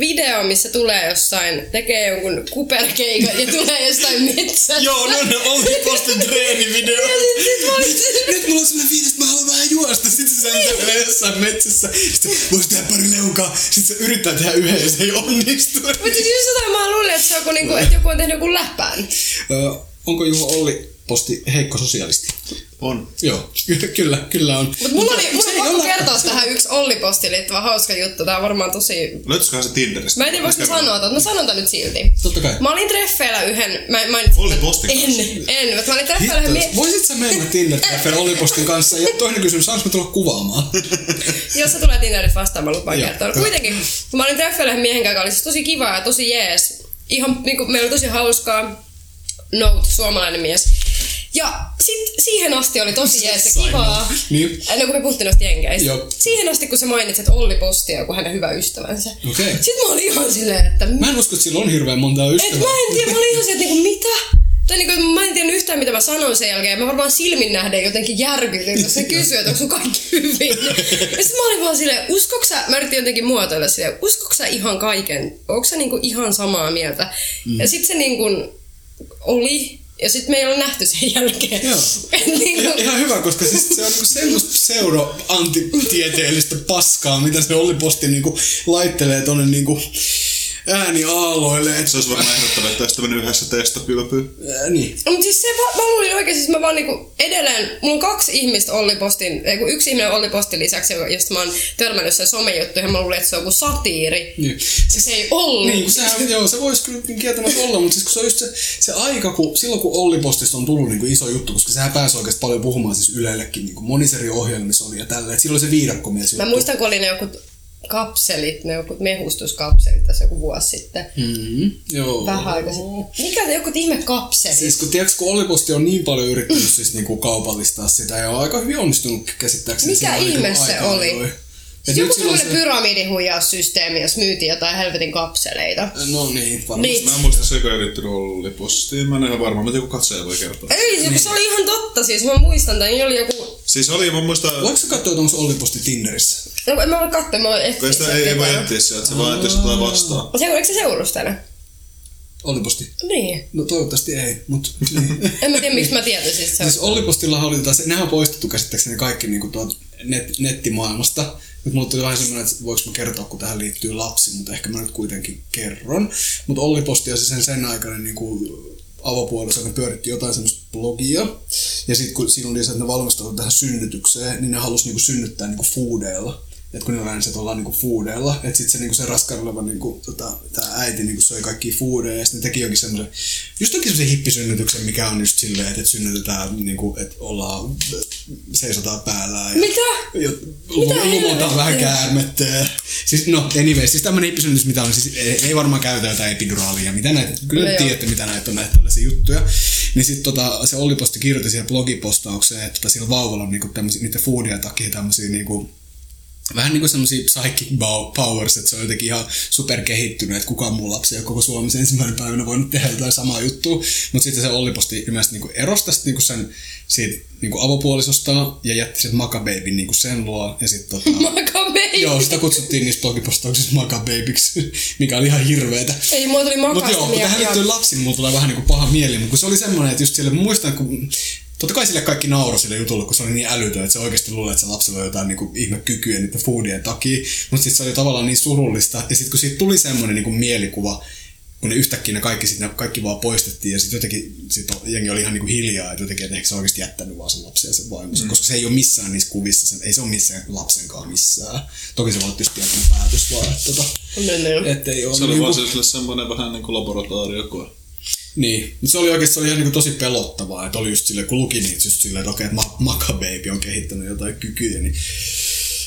video, missä tulee jossain, tekee jonkun kuperkeikan ja tulee jostain metsästä. Joo, no ne Olli Postin treenivideo. Ja sit, sit mä olin, nyt mulla on sellainen fiilis, että mä haluan vähän juosta. Sitten se Niin. sääntelee jossain metsässä. Sitten voisi tehdä pari leukaa. Sitten se yrittää tehdä yhden ja se ei onnistu. mutta siis just jotain mä luulin, että se on joku, niinku, että joku on tehnyt joku läpään. Ö, onko Juho Olli Posti heikko sosialisti? On. Joo, ky- kyllä, kyllä on. Mut mulla oli, mulla se on ei pakko ole- kertoa tähän yksi Olli Postiin liittyvä hauska juttu. Tää on varmaan tosi... Löytyisiköhän se Tinderistä? Mä en tiedä, voiko mä sanoa, mutta mä sanon tän nyt silti. Totta kai. Mä olin treffeillä yhden... Mä, mä en, Olli Postin kanssa. En, en. mutta Mä olin treffeillä Hitto, yhden... mie- voisit sä mennä tinder treffeille Olli Postin kanssa? Ja toinen kysymys, saanko mä tulla kuvaamaan? Jos se tulee Tinderissa vastaan, mä lupaan Joo. kertoa. No Kuitenkin, kun mä olin treffeillä yhden miehen kanssa, joka oli siis tosi kiva ja tosi jees. Ihan, niin kuin, meillä oli tosi hauskaa. Nout, suomalainen mies. Ja sit siihen asti oli tosi jees ja Simon. kivaa. Niin. No kun me puhuttiin noista jenkeistä. Joo. Siihen asti, kun sä mainitsit Olli Postia, joku hänen hyvä ystävänsä. Okei. Sitten mä olin ihan silleen, että Mä en usko, että sillä on hirveän monta et ystävää. mä en tiedä, mä olin ihan se, että niinku, mitä? Tai niinku, mä en tiennyt yhtään, mitä mä sanoin sen jälkeen. Mä varmaan silmin nähden jotenkin järkytyin, kun se kysyi, että onko sun kaikki hyvin. Ja sit mä olin vaan silleen, uskoks sä, mä yritin jotenkin muotoilla silleen, uskoks sä ihan kaiken? Onko sä niinku ihan samaa mieltä? Ja sit se niinku oli, Ja sitten me ei ole nähty sen jälkeen. Joo. Et niin Ihan, kuin, ihan hyvä, koska siis se on niinku semmoista pseudo-antitieteellistä paskaa, mitä se Olli Posti niinku laittelee tonne niinku ääniaaloille. Et, Se olisi varmaan ehdottava, että olisi tämmöinen yhdessä testokylpy. ää, niin. Mut siis se, va- mä luulin oikein, siis mä vaan niinku edelleen, mulla on kaksi ihmistä Olli Postin, ei kun yksi ihminen Olli Postin lisäksi, joka- josta mä oon törmännyt sen somejuttuihin, mä luulin, että se on joku satiiri. Niin. Ja se ei ollut. Niin, kun sehän, joo, se voisi kyllä niin kieltämättä olla, mutta siis kun se on just se, se aika, kun, silloin kun Olli Postista on tullut niin kuin iso juttu, koska sehän pääsi oikeasti paljon puhumaan siis Ylellekin, niin kuin monissa eri ohjelmissa oli ja tälleen. Silloin se viidakkomies juttu. Mä muistan, kun oli ne joku kapselit, ne joku mehustuskapselit tässä joku vuosi sitten. Mm, joo. Vähän aika sitten. Mikä ne joku ihme kapselit? Siis kun tiedätkö, kun Olliposti on niin paljon yrittänyt siis niin kuin kaupallistaa sitä ja on aika hyvin onnistunut käsittääkseni. Mikä siinä ainakin ihme se aikaan oli? ajoi. Et Siis joku nyt silloin semmoinen pyramidihuijaussysteemi, jos myytiin jotain helvetin kapseleita. No niin, varmasti. Niin. Mä en muista se, joka ei liittynyt Olli Postiin. Mä en ihan varma, mutta joku katsoja voi kertoa. Ei, se, se oli ihan totta siis, mä muistan tämän, niin oli joku... Siis oli, mä muistan... Voiko sä katsoa, että onko Olliposti Tinderissä? No, en mä voi katsoa, mä voin etsiä Kun sitä sieltä ei, ei voi jotain. etsiä sieltä, se vaan etsiä jotain vastaan. Se, eikö se seurustele? Olliposti? Niin. No toivottavasti ei, mutta... Niin. En mä tiedä, miksi mä tietäisin, että se on. siis Ollipostillahan oli taas, nehän on poistettu käsittääkseni kaikki niin kuin tuolta net, nettimaailmasta. Nyt mulla tuli vähän semmoinen, että voiko mä kertoa, kun tähän liittyy lapsi, mutta ehkä mä nyt kuitenkin kerron. Mutta Olliposti on se sen, sen aikainen niin kuin avopuolissa, ne pyöritti jotain semmoista blogia. Ja sitten kun siinä oli se, että ne valmistautuivat tähän synnytykseen, niin ne halusi niin kuin synnyttää niin kuin foodeilla. Et kun ne länset ollaan niinku foodeilla, että sitten se, niinku se raskaan oleva niinku, tota, tää äiti niinku söi kaikki foodeja ja sitten teki jokin semmoisen, just jokin semmoisen hippisynnytyksen, mikä on just silleen, että et synnytetään, niinku, että ollaan, seisotaan päällään. Ja, Mitä? Ja, lu- lumotaan helvettiä? vähän käärmettä. ja- Siis no, anyway, siis tämmönen hippisynnytys, mitä on, siis ei, ei varmaan käytä jotain epiduraalia, mitä näitä, kyllä No no joo. tiedätte, mitä näitä on näitä tällaisia juttuja. Niin sitten tota, se Olli Posti kirjoitti siihen blogipostaukseen, että tota, sillä vauvalla on niinku tämmöisiä, niiden foodien takia tämmöisiä niinku, vähän niinku semmosia psychic bow- powers, että se on jotenkin ihan superkehittynyt, että kukaan muu lapsi ei ole koko Suomessa ensimmäinen päivänä voinut tehdä jotain samaa juttua, mutta sitten se Olli Posti ilmeisesti niinku erosi tästä niinku sen siitä niinku avopuolisostaan ja jätti sen makabeibin niinku sen luo ja sitten tota, Makabei. joo, sitä kutsuttiin niissä blogipostauksissa makabeibiksi, mikä oli ihan hirveetä. Ei, mulla tuli Mutta joo, kun makastamia. tähän liittyy lapsi, niin mulla tulee vähän niinku paha mieli, mutta kun se oli semmoinen, että just sille, mä muistan, kun Totta kai sille kaikki nauroi sille jutulle, kun se oli niin älytön, että se oikeasti luulee, että se lapsella on jotain niinku ihmekykyjä niiden foodien takia. Mutta sitten se oli tavallaan niin surullista. Ja sitten kun siitä tuli semmoinen niinku mielikuva, kun ne yhtäkkiä ne kaikki, sit ne kaikki vaan poistettiin ja sitten jotenkin sit jengi oli ihan niinku hiljaa, että jotenkin, että ehkä se on oikeasti jättänyt vaan sen lapsen ja sen vaimonsa, mm. koska se ei ole missään niissä kuvissa, sen, ei se ole missään lapsenkaan missään. Toki se voi olla tietysti joku päätös vaan, että tota, Niin, niin. ettei ole Se oli niinku- vaan sille semmoinen vähän niin kuin laboratoriokoe. niin, mutta se oli oikeasti se oli ihan niin tosi pelottavaa, että oli just silleen, kun luki niitä just silleen, että okei, että Ma- Macababy on kehittänyt jotain kykyjä, niin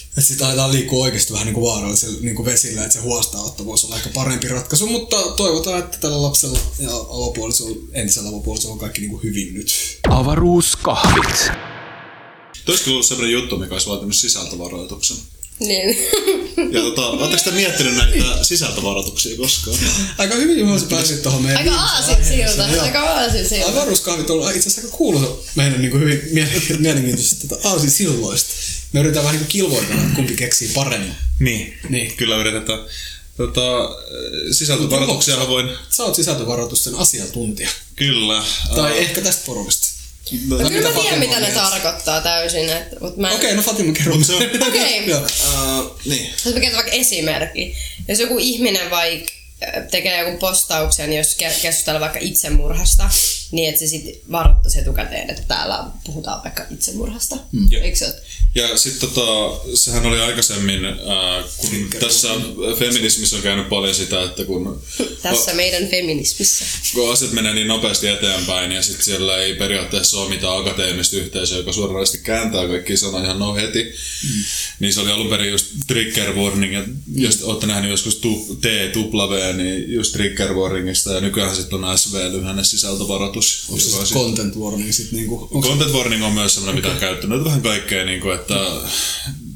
että sitä aletaan liikkua oikeasti vähän niin kuin vaarallisella niin kuin vesillä, että se huostaanotto voisi olla aika parempi ratkaisu, mutta toivotaan, että tällä lapsella ja avapuolisolla, entisellä avapuolisolla on kaikki niin kuin hyvin nyt. Avaruuskahvit. Olisiko ollut semmoinen juttu, mikä olisi vaatinut sisältövaroituksen? niin. Ja tota, ootteko te miettinyt näitä sisältövaroituksia koskaan? Aika hyvin Juha, sä pääsit tuohon meidän Aika viimeiseen aasit siltä. aiheeseen, joo. Aika aasit siltä. Avaruuskahvit on itse asiassa aika kuuluisa meidän niin kuin hyvin miele- mielenkiintoisista tota, aasinsilloista. Me yritetään vähän niin kuin kilvoitella, että kumpi keksii paremmin. Niin, Niin. kyllä yritetään. Tota, äh, sisältövaroituksia voin... Sä oot sisältövaroitusten asiantuntija. Kyllä. Tai Äh, ehkä tästä porukasta. No, no, kyllä Mitä mä tiedän, Fatima mitä on ne mielessä? tarkoittaa täysin. Että, mut mä en... Okei, okay, no Fatima kerro. Mut se on- Okei. Joo. äh, niin. Jos mä kerron vaikka esimerkki. Jos joku ihminen vai tekee joku postauksen, jos ke- keskustellaan vaikka itsemurhasta, niin että se sitten varoittaisi etukäteen, että täällä puhutaan vaikka itsemurhasta. Mm. Eikö se ole? Ja sitten tota, sehän oli aikaisemmin, äh, kun tässä feminismissä on käynyt paljon sitä, että kun Tässä meidän feminismissä. kun asiat menee niin nopeasti eteenpäin ja sitten siellä ei periaatteessa ole mitään akateemista yhteisöä, joka suoranaisesti kääntää kaikki sanoja ihan no heti. Mm. Niin se oli alun perin just trigger warning, ja Mm. jos olette nähneet joskus tu- T-W, niin just trigger warningista ja nykyään sitten on SV lyhenne sisältövaroitus. Onko se joka on siis sit- content warning sit niinku? Onko Content warning on myös sellainen, mitä on käyttänyt vähän kaikkea, niin kuin, että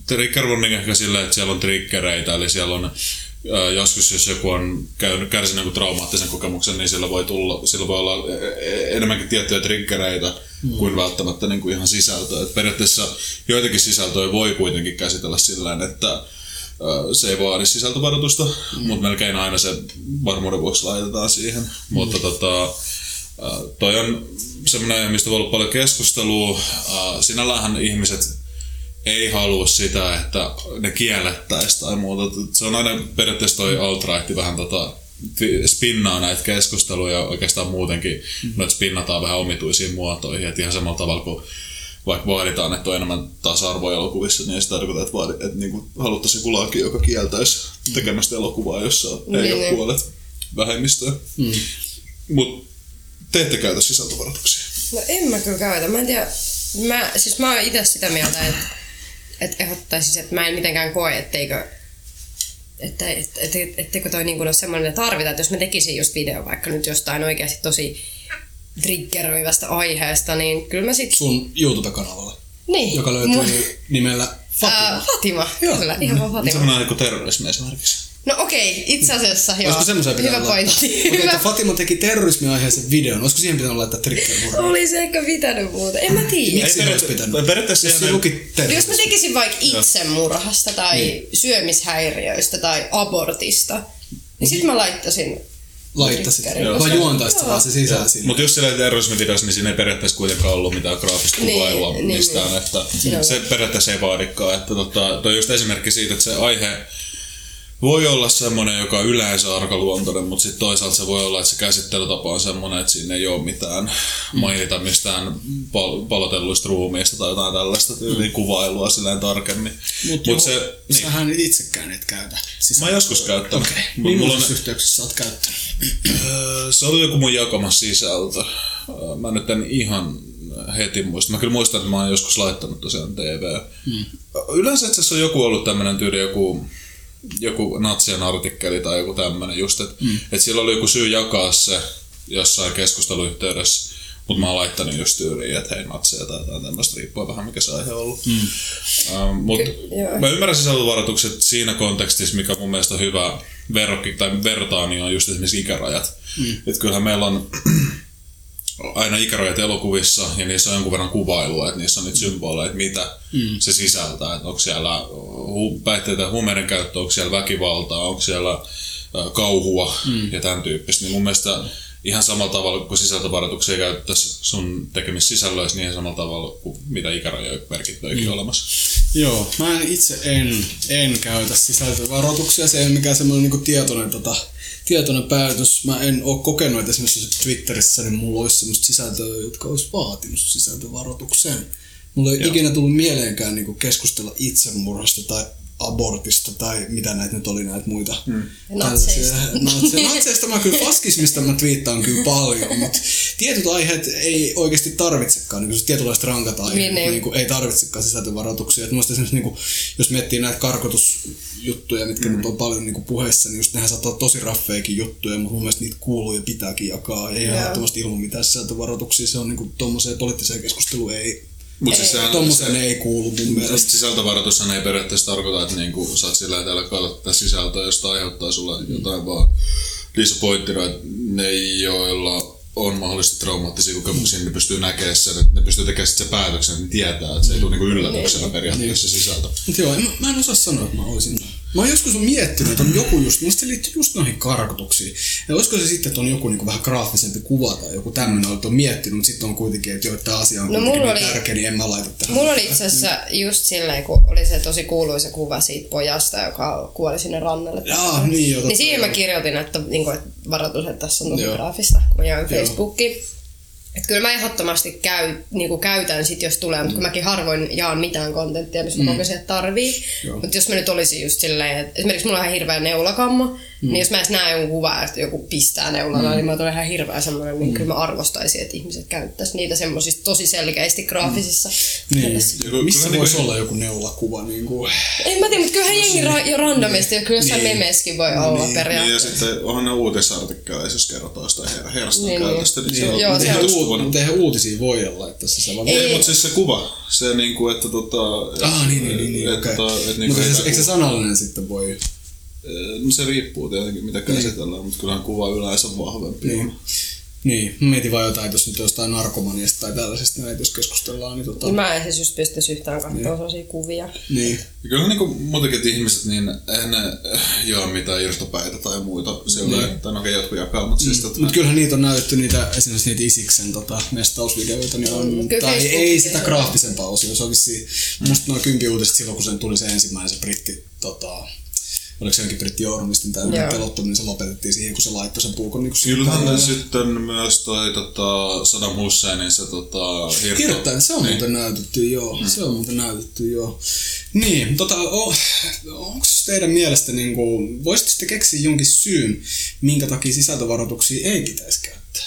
trigger warning ehkä silleen, että siellä on triggereitä, eli siellä on ää, joskus, jos joku on käynyt, kärsinyt jonkun traumaattisen kokemuksen, niin sillä voi, tulla, sillä voi olla e- e- enemmänkin tiettyjä triggereitä kuin välttämättä niin kuin ihan sisältöä. Et periaatteessa joitakin sisältöjä voi kuitenkin käsitellä sillä tavalla, että ää, se ei vaadi sisältövaroitusta, mutta melkein aina se varmuuden vuoksi laitetaan siihen. Mutta tota, Äh, toi on semmoinen aihe, mistä on ollut paljon keskustelua. Äh, sinällähän ihmiset ei halua sitä, että ne kiellettäisiin tai muuta. Se on aina periaatteessa toi alt-right vähän tota, fi- spinnaa näitä keskusteluja oikeastaan muutenkin. Mm. Mhm. Noita spinnataan vähän omituisiin muotoihin. Et ihan samalla tavalla kuin vaikka vaaditaan, että on enemmän tasa-arvoa elokuvissa, niin ei se tarkoita, että, vaadi, että niinku haluttaisiin joku laki, joka kieltäisi tekemästä elokuvaa, jossa ei Mhm. Niin, ole niin. puolet vähemmistöä. Mm. Mutta te ette käytä sisältövaroituksia. No en mä kyllä käytä. Mä en tiedä. Mä, siis mä oon itse sitä mieltä, että, että ehdottaisin, että mä en mitenkään koe, etteikö että, että, että, etteikö toi niin ole semmoinen, että tarvitaan, että jos mä tekisin just video vaikka nyt jostain oikeasti tosi triggeröivästä aiheesta, niin kyllä mä sit... Sun YouTube-kanavalle, niin. joka löytyy nimellä Fatima. Fatima. Fatima, Joo. kyllä, ihan vaan Mutta Fatima. semmoinen niin kuin terrorismi esimerkiksi. No okei, itse asiassa joo. Olisiko semmoisen pitää Hyvä laittaa? pointti. Okei, Hyvä että Fatima teki terrorismiaiheisen videon. Olisiko siihen pitänyt laittaa trigger Olisi ehkä pitänyt muuten, en mä tiedä. Miksi Ei ei olisi peria- pitänyt? periaatteessa Jos se ei- luki Jos mä terrorismi. tekisin vaikka itsemurhasta tai niin. syömishäiriöistä tai abortista, niin sit mä laittaisin... Laittaisit. Joo. Vai juontaisit Joo. vaan se sisään sinne. Mutta jos siellä terrorismivideossa, niin siinä ei periaatteessa kuitenkaan ollut mitään graafista Niin, kuvailua niin, mistään. niin. Että Joo. se periaatteessa ei vaadikaan. Että tota, toi on just esimerkki siitä, että se aihe voi olla semmoinen, joka on yleensä arkaluontoinen, mutta sitten toisaalta se voi olla, että se käsittelytapa on semmoinen, että siinä ei ole mitään mainita mistään pal- palotelluista ruumiista tai jotain tällaista tyyliin kuvailua silleen tarkemmin. Mutta mut se, niin, Niinku, Sähän itsekään et käytä. Siis mä oon joskus käyttänyt. Okei. Niin, Mut mulla on, Millaisissa yhteyksissä sä oot käyttänyt? Öö, se oli joku mun jakama sisältö. Öö, Mä nyt en ihan heti muista. Mä kyllä muistan, että mä oon joskus laittanut tosiaan TV. Mm. Yleensä itse asiassa on joku ollut tämmönen tyyli joku joku natsien artikkeli tai joku tämmönen just, että mm. et sillä oli joku syy jakaa se jossain keskusteluyhteydessä, mutta mä oon laittanut just tyyliin, että hei natseja tai jotain tämmöistä, riippuu vähän mikä se aihe on ollut. Mm. Ähm, mutta Ky- joo. mä ymmärrän sisältövaroitukset siinä kontekstissa, mikä mun mielestä on hyvä verrokki tai vertaa, niin on just esimerkiksi ikärajat. Mm. Et kyllähän meillä on aina ikärajat elokuvissa ja niissä on jonkun verran kuvailua, että niissä on nyt symboleja, että mitä mm. se sisältää, että onko siellä hu- päihteitä ja huumeiden käyttö, onko siellä väkivaltaa, onko siellä ö, kauhua mm. ja tämän tyyppistä, niin mun mielestä ihan samalla tavalla kuin sisältövaroituksia käyttäisi sun tekemissisällöissä, niin ihan samalla tavalla kuin mitä ikärajoja merkittääkin mm. olemassa. Joo, mä en itse en, en käytä sisältövaroituksia, se ei ole mikään semmoinen niinku tietoinen, tota, tietoinen päätös. Mä en oo kokenut, että esimerkiksi jos Twitterissä niin mulla olisi semmoista sisältöä, jotka olisi vaatinut sisältövaroituksen. Mulla ei Joo. ikinä tullut mieleenkään niinku keskustella itsemurhasta tai abortista tai mitä näitä nyt oli näitä muita. Mm. natseista. Natse, natseista mä kyllä faskismista mä twiittaan kyllä paljon, mutta tietyt aiheet ei oikeasti tarvitsekaan, niin tietynlaiset rankat aiheet, Niin, niin. niin, niin kuin ei tarvitsekaan sisältövaroituksia. Et musta esimerkiksi, niin kuin, jos miettii näitä karkotusjuttuja, mitkä mm. nyt on paljon niin kuin puheessa, niin just nehän saattaa olla tosi raffeikin juttuja, mutta mun mielestä niitä kuuluu ja pitääkin jakaa. Ei Joo. ehdottomasti ilman mitään sisältövaroituksia, se on niin kuin, tommoseen poliittiseen keskusteluun ei, Mutta siis sehän, tommoseen ei kuulu mun mielestä. Sisältövaroitushan ei periaatteessa tarkoita, että niinku sä oot sillä hetkellä tätä sisältöä, josta aiheuttaa sulle Mm. jotain, vaan niissä pointtina, että ne joilla on mahdollisesti traumaattisia kokemuksia, niin ne pystyy näkemään sen, että ne pystyy tekemään sit sen päätöksen, että ne tietää, että se ei tule niinku yllätyksenä Niin. periaatteessa se sisältö. Mut Joo, en- mä en osaa sanoa, että mä olisin. Mä oon joskus miettinyt, että on joku just, musta se liittyy just noihin karkotuksiin. Ja olisiko se sitten, että on joku niinku vähän graafisempi kuva tai joku tämmöinen, että on miettinyt, mutta sitten on kuitenkin, että joo, tämä asia on No kuitenkin mulla niin oli- tärkeä, niin en mä laita tähän. Mulla oli itse asiassa just silleen, kun oli se tosi kuuluisa kuva siitä pojasta, joka kuoli sinne rannalle. Jaa, niin joo, Niin totta. siihen mä kirjoitin, että, niin kuin, että varoitus, että tässä on Joo. tosi graafista, kun mä jaoin Joo. Facebookiin. Että kyllä mä ehdottomasti käy, niin kuin käytän sit, jos tulee, Mm. mutta kun mäkin harvoin jaan mitään kontenttia, missä mm. sieltä tarvii. Joo. Mutta jos mä nyt olisin just silleen, että esimerkiksi mulla on ihan hirveä neulakamma, mm. niin jos mä edes näen jonkun kuvaa, että joku pistää neulalla, mm. niin mä tulen ihan hirveä semmoinen, Mm. niin kyllä mä arvostaisin, että ihmiset käyttäisi niitä semmoisissa tosi selkeästi graafisissa. Mm. Niin. tällaisissa. Kyllä- Missä kyllä voisi niinku- olla joku neulakuva? Niin kuin... En mä tiedä, mutta kyllähän jengi ra- jo randomisti, ja kyllä jossain Niin. memeessäkin voi olla Niin. Niin, ja periaatteessa. sitten onhan ne uutisartikkeleissa, jos kerrotaan sitä her- herston Niin, niin. käytöstä, niin, Joo, se joo, on se Mutta on- uut, Niin. mut eihän uutisia voi olla, että se se vaan... Ei. Ei, mutta siis se kuva, se niinku, että tota... Ah, niin, niin, niin, niin että okei. tota, että niinku Mutta ei se, tää eikö se kuva- sanallinen sitten voi... No se riippuu tietenkin mitä käsitellään, mutta kyllähän kuva yleensä vahvempi Niin. on. Niin, mä mietin vaan jotain, että jos nyt jostain narkomaniasta tai tällaisesta näitä, jos keskustellaan, niin tota... Niin Mä en siis just pystyisi yhtään katsoa sellaisia kuvia. Niin. Ja Kyllä niin kuin muutenkin että ihmiset, niin eihän ne äh, joo mitään irtopäitä tai muita sillä niin. tai no okei, jotkut jakaa, mutta siis tota, Mutta kyllähän niitä on näytetty niitä, esimerkiksi niitä Isiksen tota, mestausvideoita, niin on, Kyllä tai ei Facebookissa sitä on. Mm. graafisempaa osia, se on vissiin, musta noin kympi uutiset silloin, kun sen tuli se ensimmäinen se britti, tota, oliko se jonkin britti journalistin tai Joo. pelottaminen, niin se lopetettiin siihen, kun se laittoi sen puukon niin Kyllähän ne sitten myös toi tota, Saddam Husseinin se tota, hirto. Kirjoittain, se on niin. muuten näytetty, joo. Mm. Se on muuten näytetty, joo. Niin, tota, oh, onko teidän mielestä, niin kuin, voisitte keksiä jonkin syyn, minkä takia sisältövaroituksia ei pitäisi käyttää?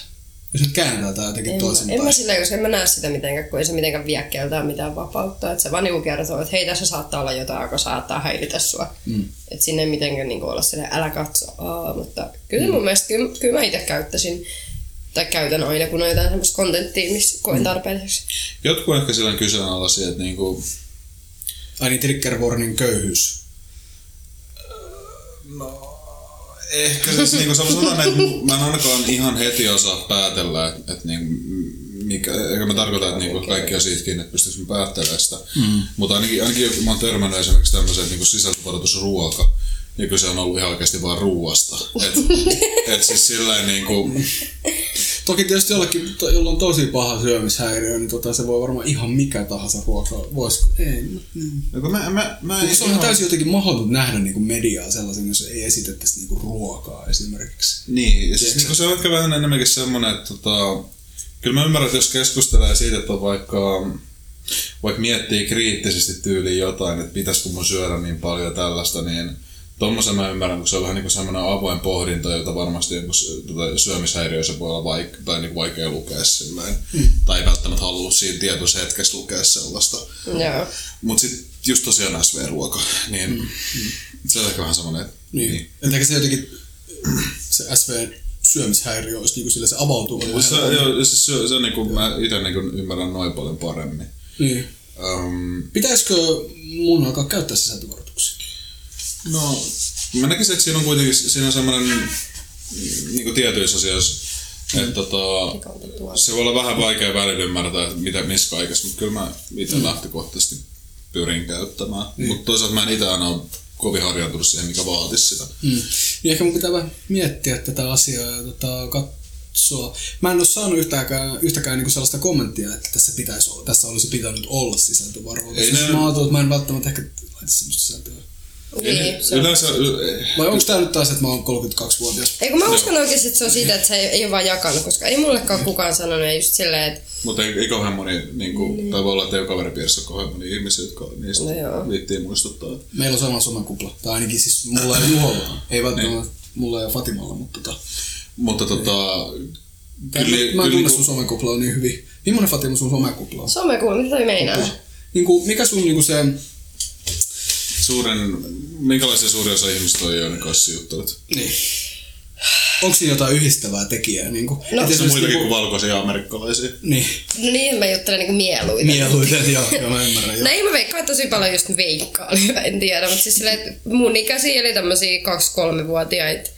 Jos nyt kääntää tämä jotenkin En, en toisinpäin. mä sillä, koska en mä näe sitä mitenkään, kun ei se mitenkään vie keltään mitään vapautta. Että se vaan niinku kertoo, että hei tässä saattaa olla jotain, joka saattaa häiritä sua. Mm. Et sinne ei mitenkään niinku olla silleen, älä katso. Aa, mutta kyllä mm. mun mielestä, kyllä, kyllä mä itse käyttäisin tai käytän aina, kun on jotain semmoista kontenttia, missä koen tarpeelliseksi. Jotkut ehkä sillä on kyseenalaisia, että niinku, Ai niin, trigger warning köyhyys. ehkä siis niinku, sanotaan, näin, että mu- mä en ainakaan ihan heti osaa päätellä, että et, niinku, mikä, eikä mä tarkoita, että niinku, kaikki on siitä kiinni, että pystyykö mä päättelemään sitä. Mm. Mutta ainakin, ainakin kun mä oon törmännyt esimerkiksi tämmöiseen niinku, sisältövaroitusruoka, niin kyllä se on ollut ihan oikeasti vaan ruuasta. Et, et siis sillä niinku, Toki tietysti jollekin, to- jolla on tosi paha syömishäiriö, niin tota, se voi varmaan ihan mikä tahansa ruoka. Vois, ei, mut niin. no kun mä, mä, mä en Onko se on ihan täysin jotenkin mahdoton nähdä niin kuin mediaa sellaisen, jos ei esitettäisi niin kuin ruokaa esimerkiksi? Niin, ja siis niin se on ehkä vähän enemmänkin semmoinen, että tota, kyllä mä ymmärrän, että jos keskustelee siitä, että on vaikka, vaikka miettii kriittisesti tyyliin jotain, että pitäisikö mun syödä niin paljon tällaista, niin Tuommoisen mä ymmärrän, kun se on vähän niin semmoinen avoin pohdinta, jota varmasti jonkun sy- tota, syömishäiriössä voi olla vaik- tai niin vaikea lukea silleen. Mm. Tai ei välttämättä halua siinä tietyssä hetkessä lukea sellaista. Joo. Mutta sitten just tosiaan SV-ruoka, niin mm. se on ehkä vähän semmoinen, että Niin. Entäkö se jotenkin se SV syömishäiriö olisi niin kuin sille se avautuu? Ja Se, joo, se, se, se, niin kuin mä itse niin kuin ymmärrän noin paljon paremmin. Niin. Um, Pitäisikö mun alkaa käyttää sisältövaroituksia? no, mä näkisin, että siinä on kuitenkin siinä on semmoinen niin kuin tietyissä asioissa, että tota, se voi olla vähän vaikea välillä ymmärtää, että mitä missä kaikessa, mutta kyllä mä Mm. itse lähtökohtaisesti pyrin käyttämään. Niin. Mutta toisaalta mä en itse aina ole kovin harjaantunut siihen, mikä vaatisi sitä. Mm. Niin ehkä mun pitää vähän miettiä tätä asiaa ja tota, katsoa. Mä en ole saanut yhtäkään, yhtäkään niinku sellaista kommenttia, että tässä, pitäisi, olla- tässä olisi pitänyt olla sisältövaroitus. Ei Ei, siis ne- mä ajattelin, että mä en välttämättä ehkä laita sellaista sisältöä. Niin, se on Eh, Yleensä, Vai onko tää nyt taas, että mä oon 32-vuotias? Ei kun mä uskon oikeesti, että se on siitä, että se ei, ei ole vaan jakanut, koska ei mullekaan kukaan sanonut, ja just silleen, että mutta ei, ei kauhean moni, niin kuin, tai voi olla, että ei kaveripiirissä ole kauhean moni ihmisiä, jotka niistä No joo. viittiin muistuttaa. että Meillä on sama somenkupla. Tai ainakin siis mulla ei Juholla. Ei välttämättä Niin. mulla ja Fatimalla, mutta tota, Mutta tota, Kyllä, Kyllä- niinku mä en kyllä tunne kun- sun somekuplaa niin hyvin. Millainen Fatima sun somekupla on? somekuva, mitä toi meinaa? Niin kuin, mikä sun niin kuin se... suuren, minkälaisia suuri osa ihmistä on joiden kanssa juttelut? Niin. Onko siinä jotain yhdistävää tekijää? Niin kuin, No, Se on muitakin kuin valkoisia amerikkalaisia. niinku- Niin, No niin, mä juttelen niinku mieluiten. mieluiten, joo, joo, mä ymmärrän. Joo. No ei mä veikkaan tosi paljon just veikkaan, en tiedä, mutta siis silleen, että mun ikäisiä eli tämmöisiä 2-3-vuotiaita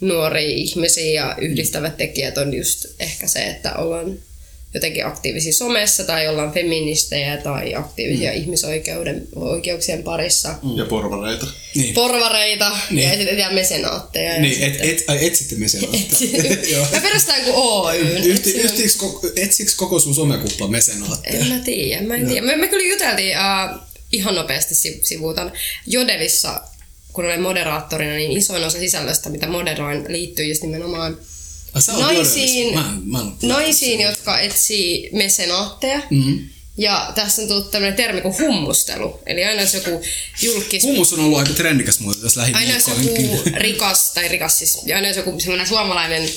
nuoria ihmisiä ja yhdistävät tekijät on just ehkä se, että ollaan jotenkin aktiivisia somessa tai ollaan feministejä tai aktiivisia mm. ihmisoikeuksien parissa. Mm. Ja porvareita. Niin, Porvareita Niin. ja etetään mesenaatteja. ja niin sitten- et, et, ai, etsitte me sen Joo. Mä perustan kuin Oy. Yhti, yhtiiks koko, etsiks koko sun somekupla mesenaatteja? En mä tiedä, mä en tiedä. Me, me kyllä juteltiin, äh, ihan nopeasti si- sivuutan, Jodelissa, kun olen moderaattorina, niin isoin osa sisällöstä, mitä moderoin, liittyy just nimenomaan Ai, sä oot Naisiin- journalisti. Mä, en- mä, en- naisiin, jotka etsii mesenaatteja. Mhm. Mm-hmm. Ja tässä on tullut tämmöinen termi kuin hummustelu. Eli aina jos joku julkis... Hummus on ollut aika trendikäs muuten tässä Niin aina jos lähiviikkoinkin. joku Niin rikas, tai rikas siis, ja aina jos joku semmoinen suomalainen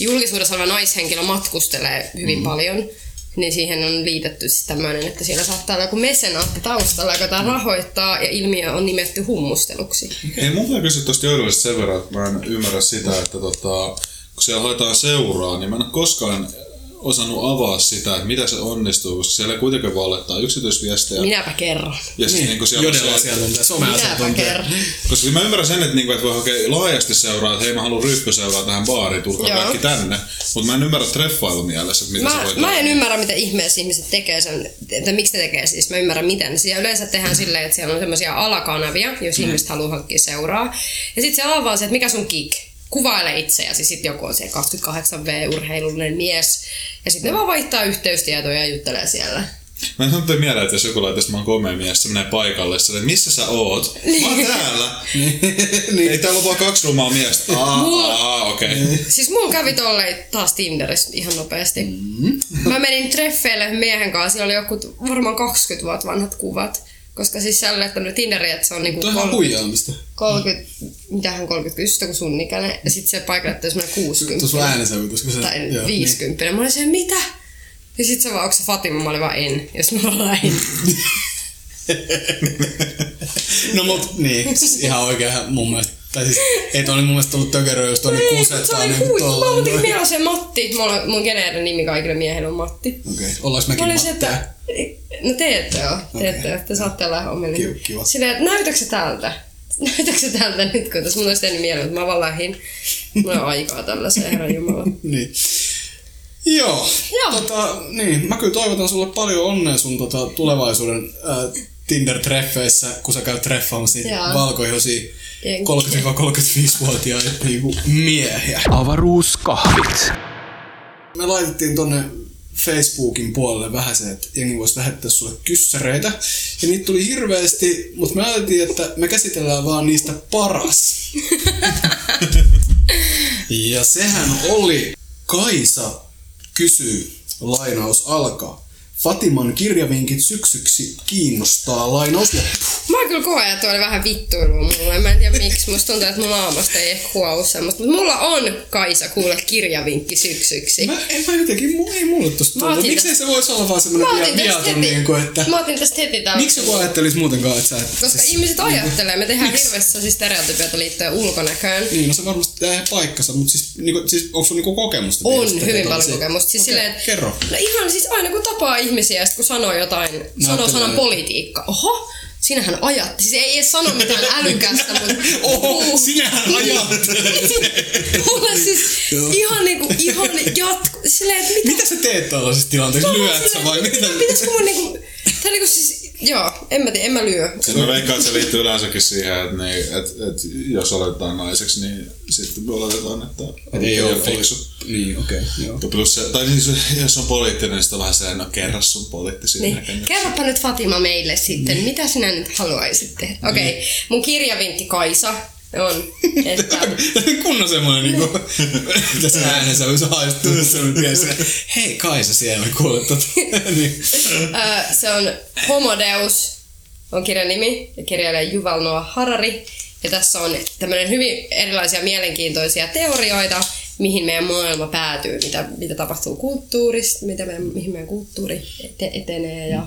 julkisuudessa oleva naishenkilö matkustelee hyvin mm. paljon, niin siihen on liitetty siis tämmöinen, että siellä saattaa olla joku mesenaatti taustalla, joka tämä rahoittaa, ja ilmiö on nimetty hummusteluksi. Ei mun pitää kysyä tuosta journalista sen verran, että mä en ymmärrä sitä, että tota, kun siellä haetaan seuraa, niin mä en ole koskaan osannut avaa sitä, että mitä se onnistuu, koska siellä ei kuitenkaan vaan laittaa yksityisviestejä. Niin. Minäpä kerron. Ja sitten niin. siellä on Jodella se- sieltä on tämä someasetunto. Minäpä kerron. Koska mä ymmärrän sen, että, niinku, että voi hakea laajasti seuraa, että hei mä haluan ryppyseuraa tähän baariin, tulkaa Joo. kaikki tänne. Mutta mä en ymmärrä treffailu mielessä, että mitä se Mä, voi mä en tehdä. ymmärrä, mitä ihmeessä ihmiset tekee sen, että miksi ne tekee siis. Mä ymmärrän, miten. Siellä yleensä tehdään silleen, että siellä on semmoisia alakanavia, jos mm. ihmiset haluaa hankkia seuraa. Ja sitten siellä on vaan se, että mikä sun kick. Kuvaile itseäsi. Sitten joku on se 28V-urheilullinen mies. Ja sitten ne vaan vaihtaa yhteystietoja ja juttelee siellä. Mä en saanut toi mieleen, että jos joku laittaisi, että mä oon komea mies, se menee paikalle, se että missä sä oot? Mä oon täällä. niin. Ei täällä ole vaan kaksi rumaa miestä. Mulla- Aa, Niin. aa okei. Okay. Siis mulla kävi tolleen taas Tinderissä ihan nopeasti. Mm-hmm. Mä menin treffeille yhden miehen kanssa, siellä oli joku varmaan 20 vuotta vanhat kuvat. Koska siis sä olet laittanut Tinderiin, että se on niinku Toi on ihan kolme- huijaamista. 30, mitähän 30, just joku sun ikäinen. Ja sit se paikalle että semmoinen 60 Tuossa sun äänensävytys, kun sä... tai joo, niin. 50. Mä olin se, mitä? Ja sit se vaan, onko se Fatima? Mä olin vaan en, jos mä Niin, olin. No mut, niin, siis ihan oikein mun mielestä. Tai siis, ei tuonne mun mielestä tullut tökeröä, jos tuonne se kusettaa oli niinku huikku. Mä tolleen. muutin, Okei, meillä on se Matti. Mulla, mun geneerinen nimi kaikille miehille on Matti. ollaanko Mä mekin olin se, matteja? että... No te ette oo. Te ette Okei. oo. Te saatte olla omille. Kiva, kiva. Silleen, että näytätkö se tältä? Näytätkö se tältä nyt, kun tässä mun olisi tehnyt mieleen, että mä vaan lähin. Mulla on aikaa tällaiseen, herran jumala. Niin. Joo. Joo. Tota, niin, mä kyllä toivotan sulle paljon onnea sun tota, tulevaisuuden äh, Tinder-treffeissä, kun sä käyt treffaamassa niitä Joo. valkoihosia Jenkkejä. 30-35-vuotiaita niinku miehiä. Avaruuskahvit. Me laitettiin tonne Facebookin puolelle vähän se, että jengi voisi lähettää sulle kyssäreitä. Ja niitä tuli hirveästi, mutta me ajateltiin, että me käsitellään vaan niistä paras. ja sehän oli Kaisa kysyy, lainaus alkaa. Fatiman kirjavinkit syksyksi kiinnostaa, lainaus loppu. Mä oon kyllä koko ajan tuolla vähän vittuilua mulle. Mä en tiedä miksi. Musta tuntuu, että mun aamusta ei ehkä kuollut semmoista. Mutta mulla on Kaisa kuule kirjavinkki syksyksi. Mä, en mä jotenkin, mu- ei mulle tosta Mä otin tullut. Miksei se voisi olla vaan semmoinen viaton, niin kuin, että... mä otin tästä heti tämän. Miksi joku ajattelisi muutenkaan, että sä et... siis Koska ihmiset ajattelee, me tehdään hirveästi sellaisia stereotypioita liittyen ulkonäköön. Niin, no se varmasti tää ihan paikkansa, mutta siis, niinku, siis onko sun niinku kokemusta? On tiedosta, hyvin että paljon tällaisia- kokemusta. Siis Okei, silleen, että- Kerro. No ihan siis aina kun tapaa ihmisiä ja sit kun sanoo jotain, sanoo kyllä. sanan politiikka. Oho, sinähän ajat. Siis ei edes sano mitään älykästä, mutta... Oho, sinähän ajattelet. Mulle siis Joo. ihan niinku, ihan jatku... Silleen, että mitä... Mitä sä teet tällaisessa tilanteessa? Lyöt sä vai mitä? Mitäs kun mun niinku... Tää niinku siis... Joo, en mä tiedä, en mä lyö. Siis mä veikkaan, että se liittyy yleensäkin siihen, että, niin, että, että jos oletetaan naiseksi, niin sitten oletetaan, että on Ei oo fiksu. Niin, okei. joo. Ja plus se, tai siis jos on poliittinen, niin sitten on vähän se, no kerro sun poliittisia niin. Niin. näkemyksiä. Kerropa nyt Fatima meille sitten, Niin. mitä sinä nyt haluaisit tehdä? Okei, okay. mun kirjavinkki Kaisa on, että... Kunnon semmoinen niinku... Tässä äänensä olisi haistunut semmoinen mies. Hei Kaisa siellä kuule tota. niin. Ö, se on Homodeus, on kirjan nimi, ja kirjailija Juval Noah Harari. Ja tässä on tämmöinen hyvin erilaisia mielenkiintoisia teorioita, mihin meidän maailma päätyy, mitä, mitä tapahtuu kulttuurista, mitä meidän, mihin meidän kulttuuri ete- etenee. Ja...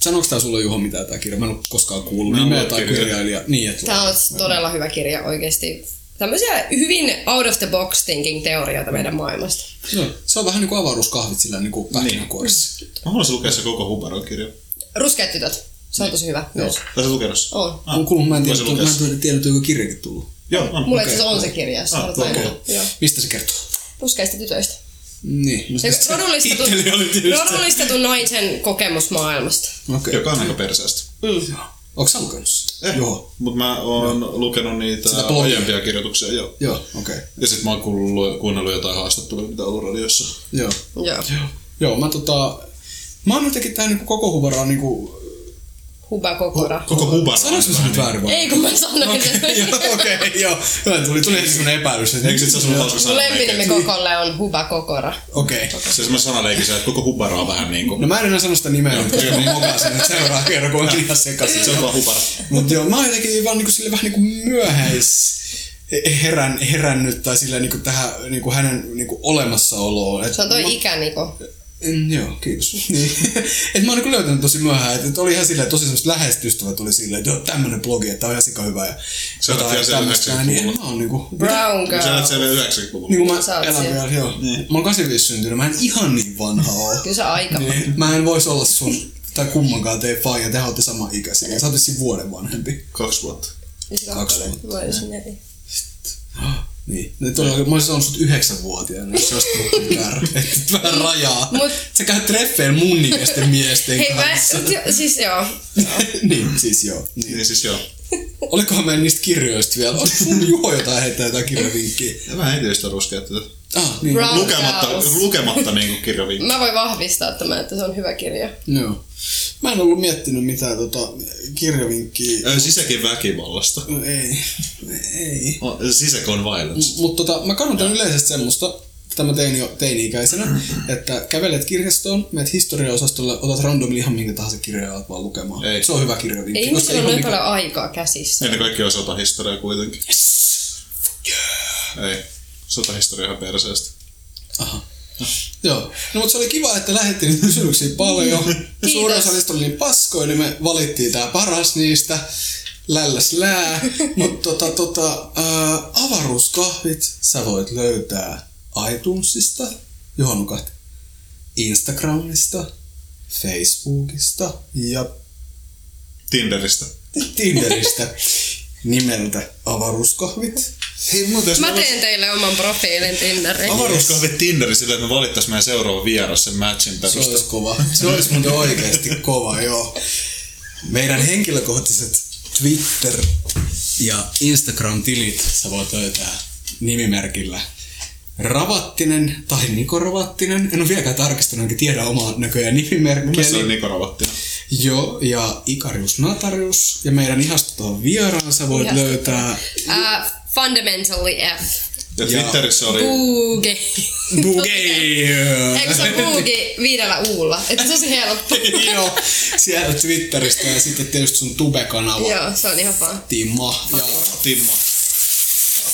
Sanoks tää sulle Juho mitään tää kirja? Mä en oo koskaan kuullut Mä en nimeä oo tai kirjoja. kirjailija. Niin, että... Tämä on todella hyvä kirja oikeasti. Tämmöisiä hyvin out of the box thinking teorioita meidän maailmasta. Joo, Se on vähän niinku avaruuskahvit sillä niinku pähkinäkuoressa. Mä haluaisin lukea se koko Hubaron kirja. Ruskeat tytöt. Se on tosi hyvä myös. Tässä lukennossa? On. Ah, Mun kuulun, mä en tiedä, voisin lukea mä sen. en tiedä, onko kirjakin tullut. Joo, on. Mulla itse asiassa on se kirja, jos Ah, haluat okei. lainata. Joo. Mistä se kertoo? Ruskeista tytöistä. Niin. no Se sit- rodullistetun, Itselleni oli tietysti. rodullistetun naisen kokemus maailmasta. Okei. Joka Eh. on aika perseestä. Onko sä lukenut sitä? Joo. Mutta mä oon lukenut niitä Sitä blogia. aiempia kirjoituksia, joo. Joo, okei. Ja sit mä oon kuullut, kuunnellut jotain haastatteluja, mitä on ollut radiossa. Joo. Joo. Joo, mä tota... Mä oon jotenkin tää niinku koko huvaraa niinku... Huba kokora. Koko Hubaro. Sanoinko mä sen nyt väärin vai? Ei kun mä sanoin sen. Joo, okei, joo. Hyvä, tuli, tuli ensin semmonen epäilys. että- Eikö sit se sun hauska Mun sana? lempinimi kokolle on Huba kokora. Okei. Se on semmoinen sanaleikin, se, että koko Hubaro on vähän niinku... No mä en enää sano sitä nimeä, mutta kyllä mä mokaan sen nyt seuraa kerran, kun mä oon ihan sekasin. Se on vaan Hubaro. Mut joo, mä oon jotenkin vaan niinku sille vähän niinku myöhäis herän, herännyt tai sillä niinku tähän niinku hänen niinku olemassaoloon. Et Se on toi mä- ikäniko. Mm, joo, kiitos. Niin. et mä oon niinku löytänyt tosi myöhään, että et oli ihan silleen, tosi semmoista lähestystävä tuli silleen, että joo, tämmönen blogi, että on ihan sika hyvä ja Sä olet vielä siellä tämmöistä näin, niin en 90-luvulla. mä oon niinku... Brown Sä girl. olet siellä 90-luvulla. Niinku mä Sä oot elän siellä. vielä, joo. Niin. Mä oon 85 syntynyt, mä en ihan niin vanha oo. Kyllä se aika. Niin. Mä en vois olla sun tai kummankaan teidän faija, te olette sama ikäisiä. Sä oot vissiin vuoden vanhempi. Kaksi vuotta. Kaksi Voi jos neljä. Niin. Ne todella, mä olisin ollut sut yhdeksänvuotiaana, jos sä olisit puhuttu kärä. Et vähän rajaa. Mut- Sä käyt treffeen mun nimisten miesten Hei, mä, kanssa. jo, siis joo. niin, siis joo. Niin. Niin siis joo. Olikohan meidän niistä kirjoista vielä? Oliko sun Juho jotain heittää jotain kirjavinkkiä? Ja mä en tiedä sitä ruskeaa tätä. Ah, niin. Brown Lukematta, girls. lukematta niinku kirjavinkki. Mä voin vahvistaa tämän, että se on hyvä kirja. Joo. Mä en ollut miettinyt mitään tota, kirjavinkkiä. Ö, Sisäkin väkivallasta. No, ei. Ei. O, Sisäkon violence. Mutta tota, mä kannatan yleisesti semmoista, mitä mä tein jo teini-ikäisenä, että kävelet kirjastoon, menet historiaosastolle, otat randomilla ihan minkä tahansa kirjaa alat vaan lukemaan. Ei. Se on hyvä kirjavinkki. Ei ihmisillä koska ihan ole noin mikä- paljon aikaa käsissä. Ennen kaikkea sota historiaa kuitenkin. Ei. Sotahistoria ihan perseestä. Aha. Joo. No mutta se oli kiva, että lähetti niitä kysymyksiä paljon. Ja suurin osa niistä oli niin paskoja, niin me valittiin tää paras niistä. Lälläs lää. mutta tota, tota, ää, avaruuskahvit sä voit löytää iTunesista, Johanukat, Instagramista, Facebookista ja Tinderistä. Tinderistä nimeltä avaruuskahvit. Hei muuten, jos Mä teen teille oman profiilin Tinderiin. avaruuskahvit Tinderi sillä, että me valittais meidän seuraava vieras sen matchin Se perusteella. olisi Siis kova. Se olisi muuten oikeasti kova, joo. Meidän henkilökohtaiset Twitter- ja Instagram-tilit sä voit löytää nimimerkillä Ravattinen tai Niko Ravattinen. En ole vieläkään tarkistanut, enkä tiedä omaa näköjään nimimerkkiä. Se on Niko Ravatti. Joo, ja Ikarius Natarius. Ja meidän ihastuttavan vieraan sä voit Ihastuttava. löytää Uh, fundamentally F. Ja Twitterissä oli... Boogie. Bugei! Eikö se ole boogie viidellä uulla? Että se on tosi helppo. Joo, sieltä Twitteristä ja sitten tietysti sun Tube-kanava. Joo, se on ihan vaan. Fatima ja Timmo.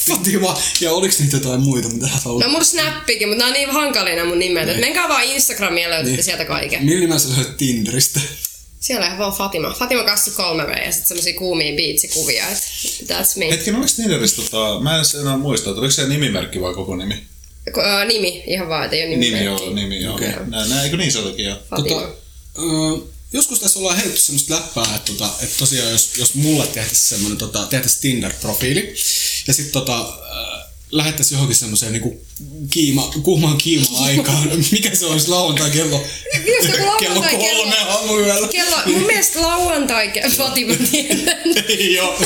Fatima. Ja oliks niitä jotain muita, mitä sä haluat? No mun snappikin, mutta nämä on niin hankalina mun nimet. että Menkää vaan Instagramia ja löydätte sieltä kaiken. Millä mä sä löydät Tinderistä? Siellä on vaan Fatima. Fatima 23 V ja sitten semmosia kuumia biitsikuvia. et That's me. Hetken, oliko Tinderistä tota... Mä en sen enää muista, että oliko se nimimerkki vai koko nimi? Ko- ää, nimi, ihan vaan, että ei ole nimi. Nimi joo, nimi joo. Okei. Nää, nää, eikö niin se olikin joo? Fatima. Tota, ö, joskus tässä ollaan heitetty semmoista läppää, että, tota, että tosiaan jos, jos mulle tehtäisiin semmoinen tota, tehtäisiin Tinder-profiili ja sitten tota, lähettäisiin johonkin semmoiseen niinku kiima, kuumaan kiima-aikaan. Mikä se olisi lauantai kello? Jos joku kello lauantai kello- kolme aamuyöllä. Kello, mun mielestä lauantai ke- Fatima tiedän. Joo.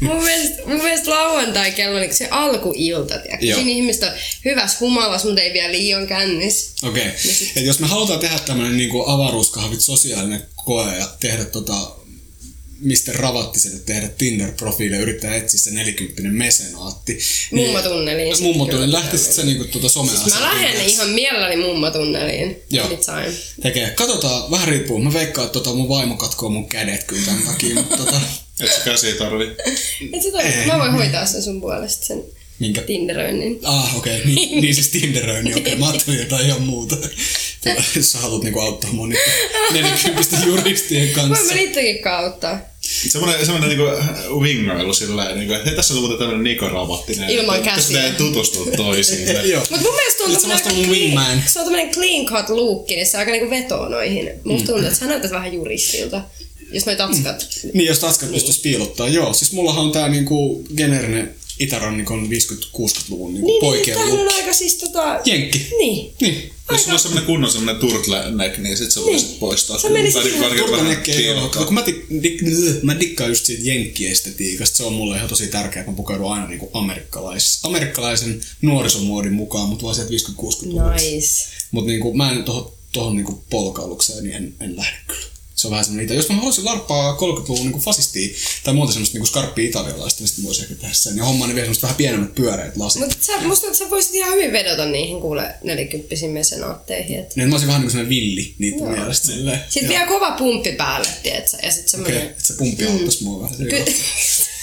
mun, mielestä, mun mielestä lauantai kello on niinku se alkuilta, tiedätkö? Joo. Siinä ihmiset on hyvässä humalas, mutta ei vielä liian kännis. Okei. Okay. jos me halutaan tehdä tämmöinen niinku avaruuskahvit sosiaalinen koe ja tehdä tota, mistä ravattiselle tehdä Tinder-profiili ja yrittää etsiä se 40 mesenaatti. niin Mummotunneliin sit Mummo kyllä. Siis tunneli. Lähtisit sä niinku tuota somea Mä lähden ihan mielelläni mummatunneliin. Joo. Anytime. Tekee. Katsotaan, vähän riippuu. Mä veikkaan, että tota mun vaimo katkoo mun kädet kyllä tämän takia, mutta tota, Et se käsi tarvii. Et sitä, mä voin hoitaa sen sun puolesta sen minkä... tinderöinnin. Ah, okei. Okay. Niin, niin siis Tinderöinti. Okei, okay. mä ajattelin jotain ihan muuta. Jos sä haluat niinku auttaa mun niiden 40 juristien Voin kanssa. mä niitäkin kautta. Semmoinen, semmoinen niinku wingailu sillä tavalla, niinku, että hei, tässä on muuten tämmöinen Niko Ravattinen. Ilman että käsiä. Pitäisi tutustua toisiin. Joo. Mut mun mielestä on Olet semmoista tommonen aika mun clean- wingman. Se on tämmönen clean cut luukki, niin se aika niinku vetoo noihin. Mm. Musta tuntuu, että sä näytät vähän juristilta. Jos noi tatskat. Niin, jos tanskat pystyisi piilottaa, joo. Siis mullahan on tää niinku geneerinen itärannikon 50-60-luvun niinku niin, poikien tämähän look. on aika siis tota... Jenkki. Niin. Niin. Jos sulla on semmoinen kunnon semmoinen turtleneck, niin sit sä voisit poistaa. Sä menisit Tai niinku ihan ainakin vähän Turtanekki ei ole. kiilottaa. Kato, kun mä, tik, dik, mä dikkaan just siitä jenkkiestetiikasta, se on mulle ihan tosi tärkeää, että mä pukeudun aina niinku amerikkalais, amerikkalaisen nuorisomuodin mukaan, mutta vaan sieltä 50-60-luvulta. Nice. Mutta niinku, mä en tohon, tohon niinku polkailukseen, niin en, en lähde kyllä. Se on vähän semmoinen itä. Jos mä haluaisin larppaa 30-luvun niinku fasistia tai muuta semmoista niinku skarppia italialaista, niin sitten voisi ehkä tehdä sen. Ja hommaan ne vielä semmoista vähän pienemmät pyöreät lasit. Mut sä, musta tuntuu, että sä voisit ihan hyvin vedota niihin kuule nelikymppisiin mesenaatteihin. Et. Niin mä olisin vähän niinku semmoinen villi niiden mielestä. Silleen. Sitten vielä Mm. kova pumppi päälle, tietsä. Ja sit Okei, semmonen... okay, että se pumppi auttaisi mua vähän. Ky-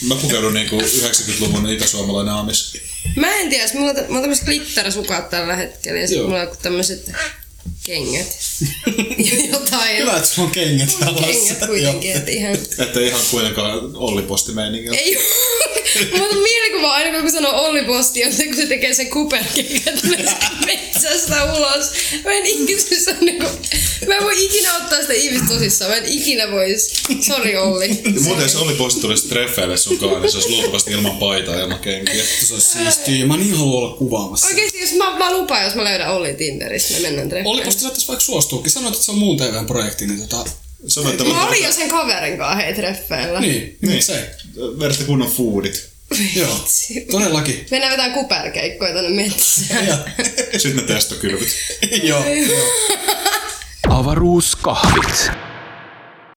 Mä pukeudun niinku 90-luvun itäsuomalainen aamis. Mä en tiedä, mulla on, t- mulla on tämmöiset glitterisukat tällä hetkellä ja sit Joo. mulla on joku tämmöiset kengät. Jotain. Hyvä, että sulla on kengät Mulla on jalassa. Kengät kuitenkin, Joo. että ihan... Että ihan kuitenkaan Olli Posti meininki. Ei oo- Mulla on mielikuva aina, kun sanoo Olli Posti, on se, kun se tekee sen kuperkeikan, tulee sieltä metsästä ulos. Mä en ikinä, se on niinku, mä en voi ikinä ottaa sitä ihmistä tosissaan, mä en ikinä vois. Sori Olli. Muuten jos Olli Posti tulisi treffeille sunkaan, niin se olisi luultavasti ilman paitaa ja ilman kenkiä. Se olisi siistiä. Mä niin haluan olla kuvaamassa. Oikeesti, jos mä, mä lupaan, jos mä löydän Olli Tinderistä, me mennään treffeille. Oli posti saattaisi vaikka suostuukin. Sanoit, että se on muun TVn projekti, niin tota... Sano, että Mä olin jo sen kaverin kanssa hei treffeillä. Niin, niin. Niin. se. Versta kunnon foodit. Joo. Todellakin. Mennään vetään kuperkeikkoja tonne metsään. Joo. Sitten ne testokylvyt. Joo. Avaruuskahvit.